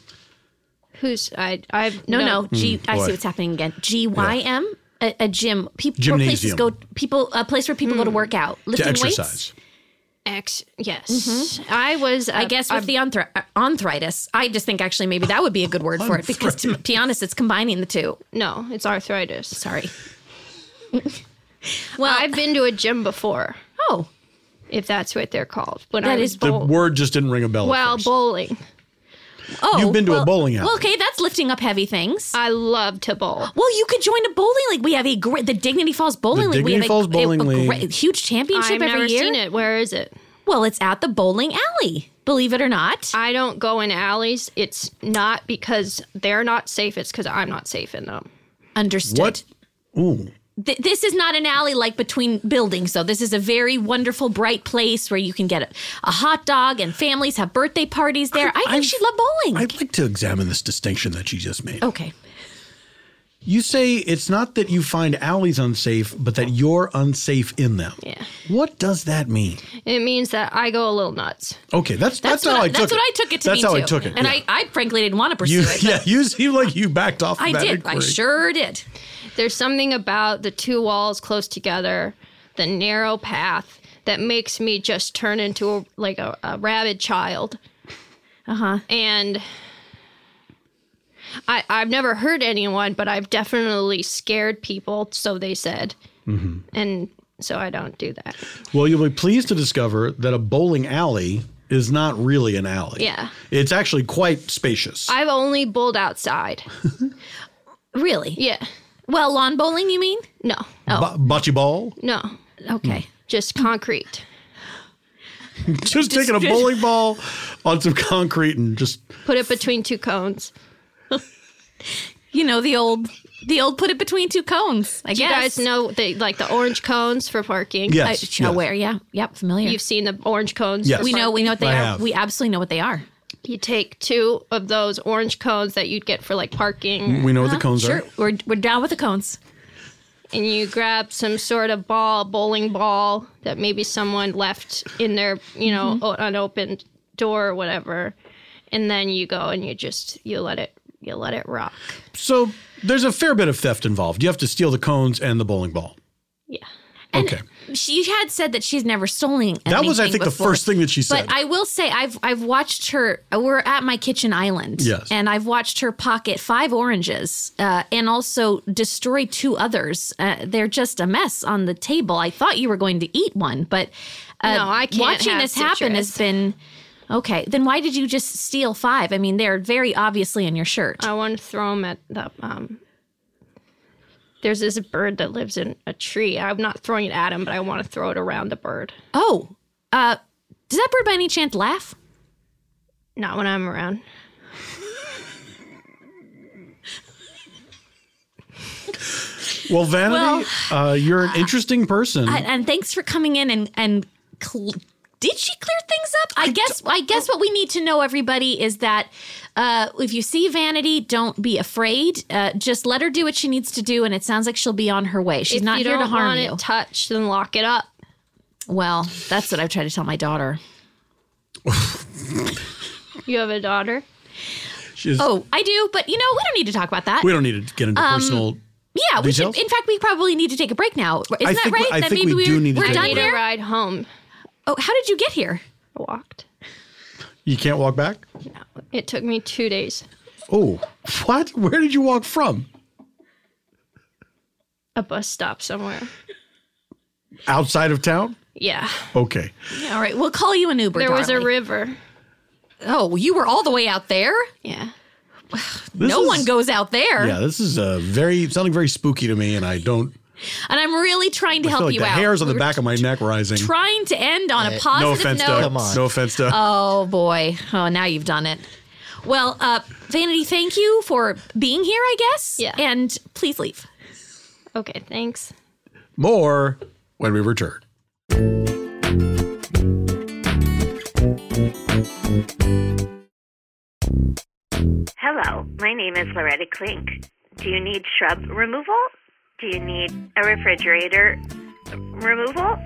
Speaker 5: Who's I I've
Speaker 3: No,
Speaker 2: Mm,
Speaker 3: no. G. I
Speaker 2: boy.
Speaker 3: see what's happening again. G Y M. A, a gym. People. Places
Speaker 2: Gymnasium.
Speaker 3: go. People. A place where people go to work out,
Speaker 2: To
Speaker 3: lifting weights.
Speaker 2: exercise.
Speaker 5: X yes.
Speaker 3: Mm-hmm.
Speaker 5: I was
Speaker 3: I guess with the anthra- uh, arthritis, I just think actually maybe that would be a good word for it because to be honest, it's combining the two.
Speaker 5: no, it's arthritis.
Speaker 3: Sorry.
Speaker 5: Well, I've been to a gym before.
Speaker 3: Oh,
Speaker 5: if that's what they're called. When I
Speaker 3: That
Speaker 5: was
Speaker 3: is
Speaker 2: The
Speaker 5: bowl-
Speaker 2: word just didn't ring a bell. at
Speaker 5: well,
Speaker 2: first.
Speaker 5: bowling.
Speaker 3: oh.
Speaker 2: You've been to a
Speaker 3: well-
Speaker 2: bowling alley. Uh,
Speaker 3: Well, okay, that's lifting up heavy things.
Speaker 5: I love to bowl.
Speaker 3: Well, you could join a bowling league. We have a great the Dignity Falls Bowling
Speaker 2: The
Speaker 3: League. we
Speaker 2: Dignity
Speaker 3: have a,
Speaker 2: Falls
Speaker 3: a-
Speaker 2: Bowling
Speaker 3: a
Speaker 2: League.
Speaker 3: great- huge championship
Speaker 5: I've
Speaker 3: every
Speaker 5: never
Speaker 3: year.
Speaker 5: seen it. Where is it?
Speaker 3: Well, it's at the bowling alley. Believe it or not.
Speaker 5: I don't go in alleys. It's not because they're not safe. It's because I'm not safe in them.
Speaker 3: Understood.
Speaker 2: what? Ooh,
Speaker 3: Th- this is not an alley like between buildings, though. This is a very wonderful, bright place where you can get a, a hot dog and families have birthday parties there. I,
Speaker 2: I've-
Speaker 3: think she'd love bowling. Oh.
Speaker 2: I'd like to examine this distinction that you just made.
Speaker 3: okay.
Speaker 2: You say it's not that you find alleys unsafe, but that you're unsafe in them. Yeah. What does that mean?
Speaker 5: It means that I go a little nuts.
Speaker 2: Okay, that's that's, how
Speaker 3: what,
Speaker 2: I took
Speaker 3: that's
Speaker 2: it.
Speaker 3: what I took it to
Speaker 2: That's
Speaker 3: mean,
Speaker 2: how
Speaker 3: too.
Speaker 2: I took it.
Speaker 3: And
Speaker 2: yeah.
Speaker 3: I, I frankly didn't want to
Speaker 2: you,
Speaker 3: pursue it.
Speaker 2: yeah, you seem like you backed off.
Speaker 3: I
Speaker 2: that
Speaker 3: did. I
Speaker 2: inquiry.
Speaker 3: sure did.
Speaker 5: There's something about the two walls close together, the narrow path that makes me just turn into a, like a, a rabid child.
Speaker 3: Uh huh.
Speaker 5: and I, I've never hurt anyone, but I've definitely scared people, so they said. And so I don't do that.
Speaker 2: Well, you'll be pleased to discover that a bowling alley is not really an alley.
Speaker 5: Yeah.
Speaker 2: It's actually quite spacious.
Speaker 5: I've only bowled outside.
Speaker 3: Really?
Speaker 5: Yeah.
Speaker 3: Well, lawn bowling, you mean?
Speaker 5: No,
Speaker 2: Bo-
Speaker 3: oh.
Speaker 2: bocce ball.
Speaker 5: no,
Speaker 3: Okay.
Speaker 2: Hmm.
Speaker 5: just concrete.
Speaker 2: Just taking a bowling ball on some concrete and just
Speaker 5: Put it between two cones.
Speaker 3: You know the old, the old put it between two cones. I
Speaker 5: Do you
Speaker 3: guys
Speaker 5: guys
Speaker 3: know.
Speaker 5: know they like the orange cones for parking?
Speaker 2: yes.
Speaker 3: I,
Speaker 2: yes.
Speaker 3: Aware, yeah, yep, familiar.
Speaker 5: You've seen the orange cones.
Speaker 2: Yes.
Speaker 5: for
Speaker 3: we know, we know what they
Speaker 2: I
Speaker 3: are.
Speaker 2: have.
Speaker 3: We absolutely know what they are.
Speaker 5: You take two of those orange cones that you'd get for like parking,
Speaker 2: We know what the cones
Speaker 3: Uh-huh. Sure,
Speaker 2: are.
Speaker 3: we're we're down with the cones.
Speaker 5: and you grab some sort of ball, bowling ball that maybe someone left in their, you know,
Speaker 3: Mm-hmm.
Speaker 5: o- unopened door or whatever, and then you go and you just you let it you let it rock.
Speaker 2: So there's a fair bit of theft involved. You have to steal the cones and the bowling ball.
Speaker 5: Yeah.
Speaker 2: okay.
Speaker 3: She had said that she's never stolen.
Speaker 2: That was, I
Speaker 3: anything
Speaker 2: think, the
Speaker 3: before.
Speaker 2: first thing that she said.
Speaker 3: But I will say, I've I've watched her. We're at my kitchen island,
Speaker 2: Yes.
Speaker 3: and I've watched her pocket five oranges uh, and also destroy two others. Uh, they're just a mess on the table. I thought you were going to eat one, but uh,
Speaker 5: No, I can't
Speaker 3: Watching
Speaker 5: have
Speaker 3: this happen
Speaker 5: citrus.
Speaker 3: has been okay. Then why did you just steal five? I mean, they're very obviously in your shirt.
Speaker 5: I want to throw them at the um. There's this bird that lives in a tree. I'm not throwing it at him, but I want to throw it around the bird.
Speaker 3: oh, uh, does that bird by any chance laugh?
Speaker 5: Not when I'm around.
Speaker 2: well, Vanity, uh, you're an interesting person.
Speaker 3: and, and thanks for coming in and and cl- did she clear things up? I, guess I guess what we need to know, everybody, is that uh, if you see Vanity, don't be afraid. Uh, just let her do what she needs to do, and it sounds like she'll be on her way. She's
Speaker 5: if
Speaker 3: not
Speaker 5: you
Speaker 3: here
Speaker 5: don't
Speaker 3: to harm
Speaker 5: want
Speaker 3: you.
Speaker 5: it touched, then lock it up.
Speaker 3: Well, that's what I've tried to tell my daughter.
Speaker 5: You have a daughter.
Speaker 2: She's,
Speaker 3: Oh, Um, I do, but you know, we don't need to talk about that.
Speaker 2: We don't need to get into personal.
Speaker 3: yeah, we should.
Speaker 2: Details?
Speaker 3: In fact, we probably need to take a break now. Isn't
Speaker 2: I
Speaker 3: that
Speaker 2: think we-
Speaker 3: right?
Speaker 2: I
Speaker 3: That
Speaker 2: think we do
Speaker 3: we're,
Speaker 2: need to
Speaker 3: we're
Speaker 2: take a
Speaker 3: done
Speaker 2: break.
Speaker 5: Need a
Speaker 3: here.
Speaker 5: ride home.
Speaker 3: Oh, how did you get here?
Speaker 5: I walked.
Speaker 2: You can't walk back?
Speaker 5: It took me two days.
Speaker 2: Oh, what? Where did you walk from?
Speaker 5: A bus stop somewhere.
Speaker 2: Outside of town?
Speaker 5: Yeah.
Speaker 2: Okay.
Speaker 3: All right, we'll call you an Uber.
Speaker 5: There was a
Speaker 3: darling.
Speaker 5: river.
Speaker 3: oh, you were all the way out there.
Speaker 5: Yeah.
Speaker 2: This
Speaker 3: no
Speaker 2: is-
Speaker 3: one goes out there,
Speaker 2: Yeah, this is a very sounding very spooky to me, and I don't
Speaker 3: and I'm really trying to
Speaker 2: I
Speaker 3: help
Speaker 2: feel like
Speaker 3: you
Speaker 2: the
Speaker 3: out.
Speaker 2: hairs on the
Speaker 3: We're
Speaker 2: back of my neck rising.
Speaker 3: Trying to end on a
Speaker 2: No
Speaker 3: positive
Speaker 2: offense,
Speaker 3: note.
Speaker 2: Doug.
Speaker 1: Come on.
Speaker 2: No offense, Doug.
Speaker 3: Oh boy! Oh, now you've done it. Well, uh, Vanity, thank you for being here. I guess.
Speaker 5: Yeah.
Speaker 3: And please leave.
Speaker 5: Okay, thanks.
Speaker 2: More when we return.
Speaker 6: Hello, my name is Loretta Klink. Do you need shrub removal? Do you need a refrigerator removal?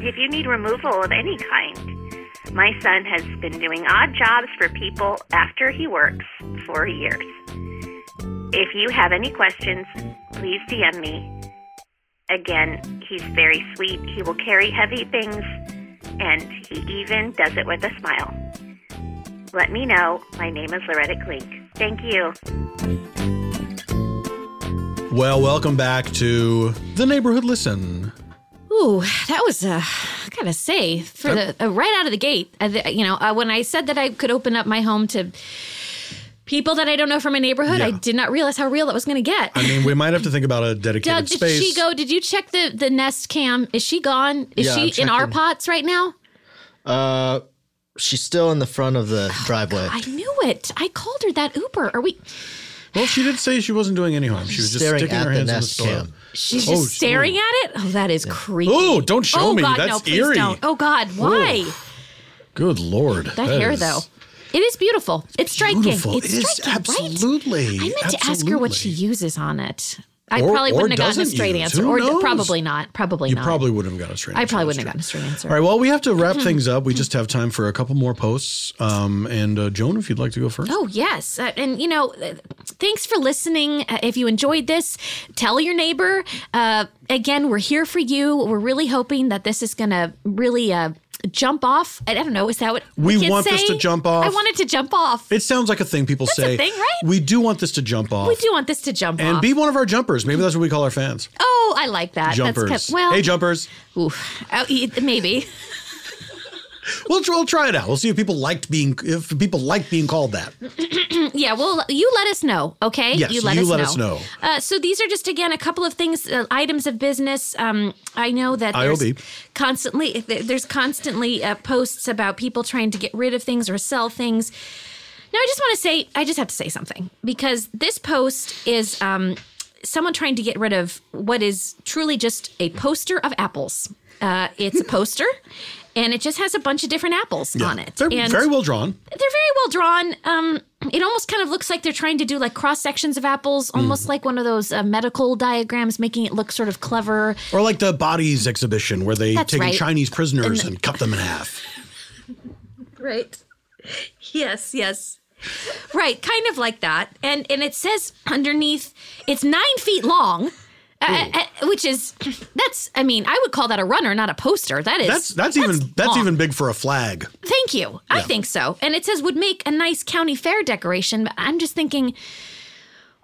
Speaker 6: If you need removal of any kind, my son has been doing odd jobs for people after he works for years. If you have any questions, please DM me. Again, he's very sweet. He will carry heavy things, and he even does it with a smile. Let me know. My name is Loretta Klink. Thank you.
Speaker 2: Well, welcome back to the neighborhood. Listen,
Speaker 3: Ooh, that was uh, I gotta say for the uh, right out of the gate. Uh, the, you know, uh, when I said that I could open up my home to people that I don't know from my neighborhood, I
Speaker 2: Yeah.
Speaker 3: did not realize how real that was going to get.
Speaker 2: I mean, we might have to think about a dedicated
Speaker 3: Doug, did
Speaker 2: space.
Speaker 3: she go? Did you check the the Nest cam? Is she gone? Is
Speaker 1: Yeah, I'm
Speaker 3: she in our
Speaker 1: checking.
Speaker 3: pots right now?
Speaker 1: Uh, she's still in the front of the
Speaker 3: Oh,
Speaker 1: driveway,
Speaker 3: I knew it. I called her that Uber. Are we?
Speaker 2: Well, she did say she wasn't doing any harm. She was just
Speaker 1: staring
Speaker 2: sticking
Speaker 1: at
Speaker 2: her
Speaker 1: the
Speaker 2: hands in the
Speaker 1: nest
Speaker 2: soil.
Speaker 1: cam.
Speaker 3: She's
Speaker 2: Oh,
Speaker 3: just
Speaker 2: she-
Speaker 3: staring at it. Oh, that is creepy.
Speaker 2: Oh, don't show
Speaker 3: oh,
Speaker 2: me.
Speaker 3: God, no,
Speaker 2: That's
Speaker 3: please
Speaker 2: eerie.
Speaker 3: Don't. Oh God, why?
Speaker 2: Good lord.
Speaker 3: That, hair
Speaker 2: is
Speaker 3: though. It is beautiful. It's striking.
Speaker 2: Beautiful.
Speaker 3: It's
Speaker 2: It is
Speaker 3: striking, right?
Speaker 2: absolutely.
Speaker 3: I meant to ask her what she
Speaker 2: absolutely.
Speaker 3: uses on it. I
Speaker 2: Or-
Speaker 3: probably
Speaker 2: or
Speaker 3: wouldn't have gotten a
Speaker 2: doesn't
Speaker 3: straight
Speaker 2: use.
Speaker 3: answer,
Speaker 2: Who
Speaker 3: or
Speaker 2: knows?
Speaker 3: probably not. Probably
Speaker 2: You
Speaker 3: not.
Speaker 2: probably wouldn't have gotten a straight
Speaker 3: I
Speaker 2: answer.
Speaker 3: probably
Speaker 2: That's
Speaker 3: wouldn't have
Speaker 2: true.
Speaker 3: gotten a straight answer.
Speaker 2: All right, well, we have to wrap things up. We just have time for a couple more posts. Um, and uh, Joan, if you'd like to go first.
Speaker 3: Oh, yes. Uh, and, you know, uh, thanks for listening. Uh, if you enjoyed this, tell your neighbor. Uh, again, we're here for you. We're really hoping that this is going to really uh, jump off. I don't know. Is that what
Speaker 2: We
Speaker 3: kids
Speaker 2: want this
Speaker 3: say?
Speaker 2: to jump off.
Speaker 3: I want it to jump off.
Speaker 2: It sounds like a thing people
Speaker 3: a
Speaker 2: say.
Speaker 3: thing, right?
Speaker 2: We do want this to jump off.
Speaker 3: we do want this to jump
Speaker 2: And
Speaker 3: off.
Speaker 2: be one of our jumpers. Maybe that's what we call our fans.
Speaker 3: oh, I like that.
Speaker 2: Jumpers.
Speaker 3: That's kind well,
Speaker 2: hey, jumpers.
Speaker 3: oof. Oh, e- maybe.
Speaker 2: We'll, tr- we'll try it out. We'll see if people liked being if people like being called that.
Speaker 3: Mm, Yeah, well, you let us know, okay?
Speaker 2: Yes, you let us know.
Speaker 3: Uh, so these are just again a couple of things, uh, items of business. Um, I know that there's
Speaker 2: IOB.
Speaker 3: constantly th- there's constantly uh, posts about people trying to get rid of things or sell things. Now, I just want to say, I just have to say something because this post is um, someone trying to get rid of what is truly just a poster of apples. Uh, it's a poster. And it just has a bunch of different apples on it.
Speaker 2: They're
Speaker 3: and
Speaker 2: very well drawn.
Speaker 3: they're very well drawn. Um, it almost kind of looks like they're trying to do like cross sections of apples,
Speaker 2: Hmm.
Speaker 3: almost like one of those uh, medical diagrams, making it look sort of clever.
Speaker 2: Or like the bodies exhibition where they
Speaker 3: That's
Speaker 2: take in
Speaker 3: right.
Speaker 2: Chinese prisoners and cut them in half.
Speaker 3: Right. Yes. Yes. Right. Kind of like that, and and it says underneath it's nine feet long. Uh,
Speaker 2: Hmm.
Speaker 3: uh, which is that's i mean i would call that a runner not a poster that is
Speaker 2: That's that's even that's,
Speaker 3: long.
Speaker 2: even big for a flag.
Speaker 3: Thank you. I think so. And it says would make a nice county fair decoration. But I'm just thinking,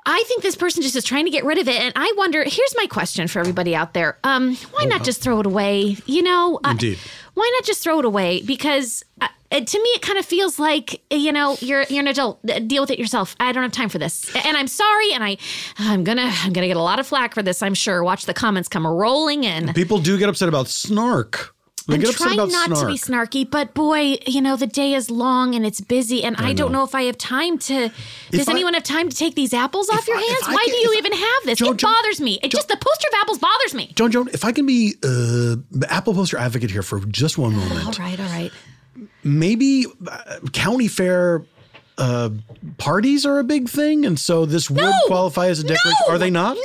Speaker 3: I think this person just is trying to get rid of it. And I wonder. Here's my question for everybody out there: um, Why not just throw it away? You know, I-
Speaker 2: Indeed.
Speaker 3: why not just throw it away? Because uh, it, to me, it kind of feels like you know you're you're an adult. Uh, Deal with it yourself. I don't have time for this. And I'm sorry. And I I'm gonna I'm gonna get a lot of flack for this. I'm sure. Watch the comments come rolling in.
Speaker 2: People do get upset about snark. They
Speaker 3: I'm
Speaker 2: get upset
Speaker 3: trying
Speaker 2: about
Speaker 3: not to
Speaker 2: snark.
Speaker 3: be snarky, but boy, you know the day is long and it's busy, and I, don't know if I have time to. does
Speaker 2: I-
Speaker 3: anyone have time to take these apples off your
Speaker 2: I- if
Speaker 3: hands?
Speaker 2: I
Speaker 3: Why
Speaker 2: can-
Speaker 3: do you
Speaker 2: if I-
Speaker 3: even have this?
Speaker 2: Joan,
Speaker 3: it
Speaker 2: Joan,
Speaker 3: bothers me. It just the poster of apples bothers me.
Speaker 2: Joan Joan, if I can be uh, Apple Poster advocate here for just one
Speaker 3: All
Speaker 2: moment,
Speaker 3: right, all right.
Speaker 2: maybe uh, county fair uh, parties are a big thing, and so this would qualify as a decoration.
Speaker 3: No!
Speaker 2: Are they not?
Speaker 3: No, they're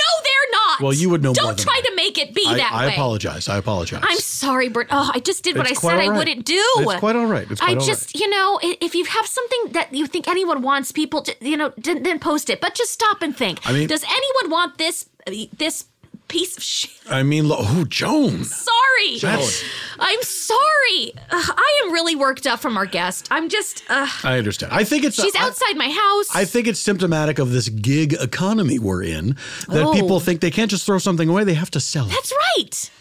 Speaker 3: not. not.
Speaker 2: Well, you would know
Speaker 3: Don't
Speaker 2: more than
Speaker 3: try
Speaker 2: I.
Speaker 3: to make it be
Speaker 2: I,
Speaker 3: that
Speaker 2: I
Speaker 3: way.
Speaker 2: apologize. I apologize.
Speaker 3: I'm sorry, Bert. Oh, I just did what
Speaker 2: It's
Speaker 3: I
Speaker 2: quite
Speaker 3: said
Speaker 2: all
Speaker 3: I
Speaker 2: right.
Speaker 3: wouldn't do.
Speaker 2: It's quite all right. It's quite
Speaker 3: I
Speaker 2: all
Speaker 3: just, you know, i- if you have something that you think anyone wants, people, j- you know, d- then post it. But just stop and think.
Speaker 2: I mean-
Speaker 3: does anyone want this? This piece of shit.
Speaker 2: I mean, lo- oh, Joan.
Speaker 3: Sorry.
Speaker 2: That's-
Speaker 3: I'm sorry. Ugh, I am really worked up from our guest. I'm just. Uh,
Speaker 2: I understand. I think it's
Speaker 3: she's
Speaker 2: I-
Speaker 3: outside my house.
Speaker 2: I think it's symptomatic of this gig economy we're in that
Speaker 3: Oh.
Speaker 2: people think they can't just throw something away; they have to sell it.
Speaker 3: That's right.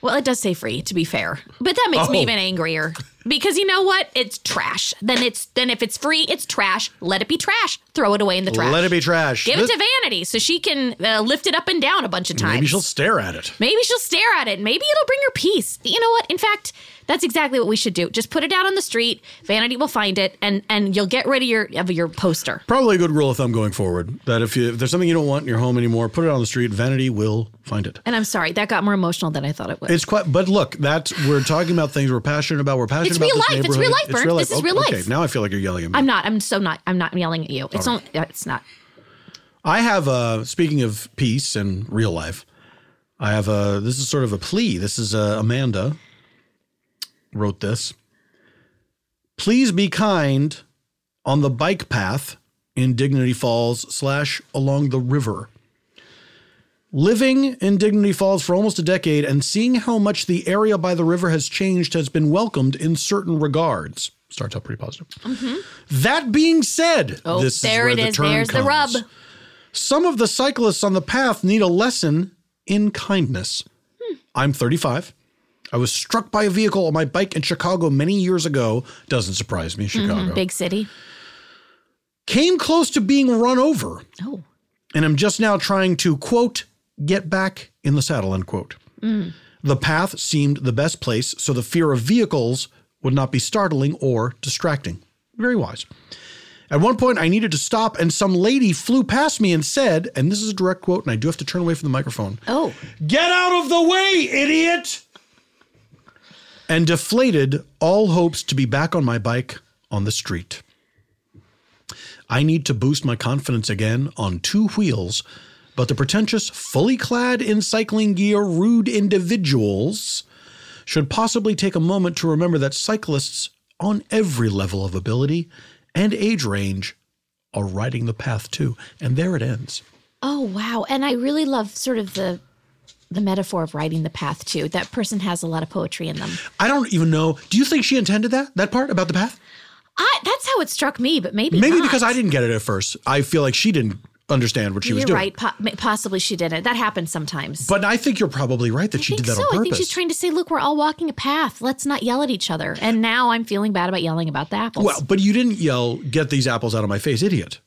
Speaker 3: Well, it does say free, to be fair, but that makes me
Speaker 2: Oh.
Speaker 3: even angrier because you know what? It's trash. Then it's then if it's free, it's trash. Let it be trash. Throw it away in the trash.
Speaker 2: Let it be trash.
Speaker 3: Give
Speaker 2: This-
Speaker 3: it to Vanity so she can uh, lift it up and down a bunch of times.
Speaker 2: Maybe she'll stare at it.
Speaker 3: Maybe she'll stare at it. Maybe it'll bring her peace. You know what? In fact, that's exactly what we should do. Just put it out on the street. Vanity will find it, and and you'll get rid of your of your poster.
Speaker 2: Probably a good rule of thumb going forward that if, you, if there's something you don't want in your home anymore, put it on the street. Vanity will find it.
Speaker 3: And I'm sorry, that got more emotional than I thought it would.
Speaker 2: It's quite, but look, that's we're talking about things we're passionate about. We're passionate
Speaker 3: It's
Speaker 2: about
Speaker 3: real
Speaker 2: this
Speaker 3: life. It's real
Speaker 2: neighborhood.
Speaker 3: life, Bernd. This is
Speaker 2: Okay,
Speaker 3: real
Speaker 2: Okay,
Speaker 3: life.
Speaker 2: now I feel like you're yelling at me.
Speaker 3: I'm not. I'm so not. I'm not yelling at you. It's
Speaker 2: All
Speaker 3: only. It's not.
Speaker 2: I have a speaking of peace and real life. I have a this is sort of a plea. This is uh, Amanda wrote this. Please be kind on the bike path in Dignity Falls slash along the river. Living in Dignity Falls for almost a decade and seeing how much the area by the river has changed has been welcomed in certain regards. Starts out pretty positive. That being said,
Speaker 3: Mm-hmm. Oh,
Speaker 2: this
Speaker 3: there
Speaker 2: is where
Speaker 3: it
Speaker 2: the
Speaker 3: is.
Speaker 2: turn
Speaker 3: There's the
Speaker 2: comes.
Speaker 3: rub.
Speaker 2: Some of the cyclists on the path need a lesson in kindness. I'm 35. I was struck by a vehicle on my bike in Chicago many years ago. Doesn't surprise me, Chicago.
Speaker 3: Mm-hmm. Big city.
Speaker 2: Came close to being run over,
Speaker 3: Oh,
Speaker 2: and I'm just now trying to, quote, get back in the saddle, end quote.
Speaker 3: Mm.
Speaker 2: The path seemed the best place, so the fear of vehicles would not be startling or distracting. Very wise. At one point, I needed to stop, and some lady flew past me and said, and this is a direct quote, and I do have to turn away from the microphone
Speaker 3: oh,
Speaker 2: Get out of the way, idiot! And deflated all hopes to be back on my bike on the street. I need to boost my confidence again on two wheels, but the pretentious, fully clad in cycling gear, rude individuals should possibly take a moment to remember that cyclists on every level of ability and age range are riding the path too. And there it ends.
Speaker 3: oh, wow. And I really love sort of the the metaphor of riding the path too. That person has a lot of poetry in them.
Speaker 2: I don't even know. Do you think she intended that? That part about the path?
Speaker 3: I, that's how it struck me, but maybe
Speaker 2: Maybe
Speaker 3: not.
Speaker 2: because I didn't get it at first. I feel like she didn't understand what she
Speaker 3: You're
Speaker 2: was doing.
Speaker 3: right. Po- ma- possibly she didn't. That happens sometimes.
Speaker 2: But I think you're probably right that
Speaker 3: I
Speaker 2: she
Speaker 3: think
Speaker 2: did that
Speaker 3: so.
Speaker 2: on purpose.
Speaker 3: I think she's trying to say, look, we're all walking a path. Let's not yell at each other. And now I'm feeling bad about yelling about the apples.
Speaker 2: well, but you didn't yell, "Get these apples out of my face, idiot!"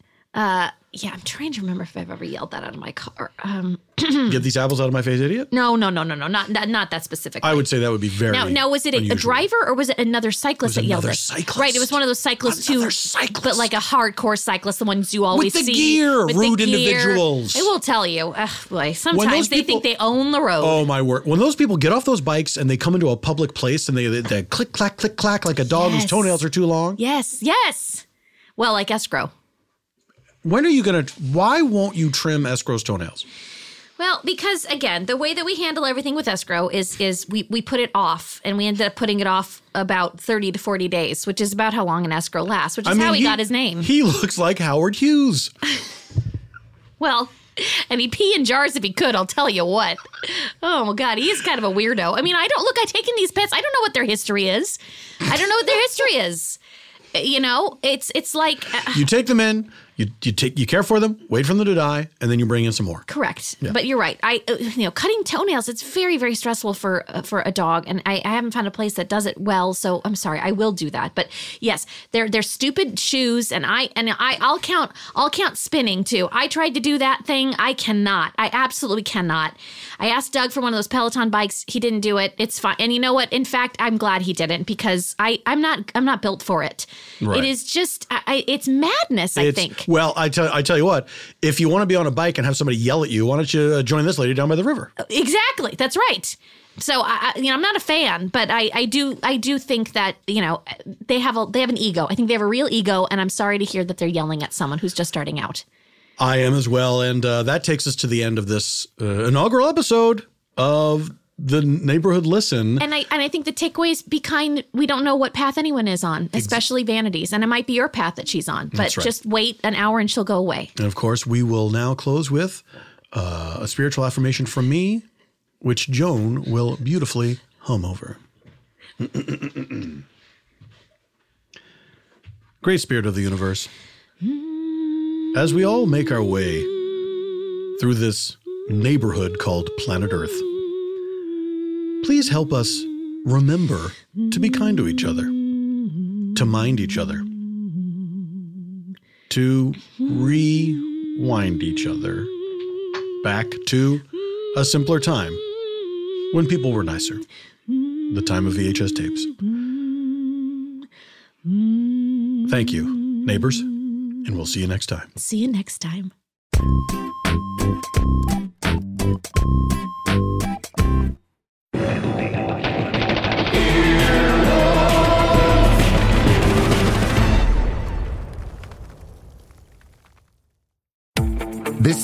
Speaker 3: yeah, I'm trying to remember if I've ever yelled that out of my car. Um,
Speaker 2: Get these apples out of my face, idiot.
Speaker 3: no, no, no, no, no, not not, not that specific.
Speaker 2: I would say that would be very.
Speaker 3: Now, now was it a, a
Speaker 2: unusual.
Speaker 3: driver or was it another cyclist
Speaker 2: It was
Speaker 3: that yelled
Speaker 2: another
Speaker 3: this?
Speaker 2: cyclist.
Speaker 3: Right, it was one of those cyclists
Speaker 2: Another
Speaker 3: who,
Speaker 2: cyclist.
Speaker 3: but like a hardcore cyclist, the ones you always
Speaker 2: the
Speaker 3: see
Speaker 2: gear, rude individuals.
Speaker 3: I will tell you, ugh, boy, sometimes they
Speaker 2: people-
Speaker 3: think they own the road.
Speaker 2: Oh my word! When those people get off those bikes and they come into a public place and they they, they click clack click clack like a dog
Speaker 3: Yes.
Speaker 2: whose toenails are too long.
Speaker 3: Yes, yes. Well, like escrow.
Speaker 2: When are you gonna? Why won't you trim escrow's toenails?
Speaker 3: Well, because again, the way that we handle everything with escrow is is we we put it off, and we ended up putting it off about thirty to forty days, which is about how long an escrow lasts, which is how he, got his name.
Speaker 2: He looks like Howard Hughes.
Speaker 3: Well, and he'd pee in jars if he could, I'll tell you what. Oh my god, he is kind of a weirdo. I mean, I don't look, I take in these pets, I don't know what their history is. I don't know what their history is. You know, it's it's like uh,
Speaker 2: You take them in, you you take you care for them, wait for them to die, and then you bring in some more.
Speaker 3: correct. But you're right. I uh, you know, cutting toenails it's very very stressful for uh, for a dog and I, I haven't found a place that does it well, so I'm sorry. I will do that. But yes, they're they're stupid shoes and I and I I'll count I'll count spinning too. I tried to do that thing. I cannot. I absolutely cannot. I asked Doug for one of those Peloton bikes. He didn't do it. It's fine. And you know what? In fact, I'm glad he didn't because I I'm not I'm not built for it.
Speaker 2: Right.
Speaker 3: It is just I, I it's madness, I
Speaker 2: It's-
Speaker 3: think.
Speaker 2: Well, I tell I tell you what, if you want to be on a bike and have somebody yell at you, why don't you uh, join this lady down by the river?
Speaker 3: Oh. Exactly. That's right. So I, I, you know, I'm not a fan, but I, I do, I do think that you know they have a, they have an ego. I think they have a real ego, and I'm sorry to hear that they're yelling at someone who's just starting out.
Speaker 2: I am as well. And uh, that takes us to the end of this uh, inaugural episode of the Neighborhood Listen.
Speaker 3: And I and I think the takeaway is be kind. We don't know what path anyone is on, especially vanities, and it might be your path that she's on. But
Speaker 2: right.
Speaker 3: just wait an hour and she'll go away.
Speaker 2: And of course, we will now close with uh, a spiritual affirmation from me, which Joan will beautifully hum over. Great Spirit of the Universe, as we all make our way through this neighborhood called planet Earth, please help us remember to be kind to each other, to mind each other to rewind each other back to a simpler time when people were nicer. The time of VHS tapes. Thank you, neighbors, and we'll see you next time.
Speaker 3: See you next time.
Speaker 7: This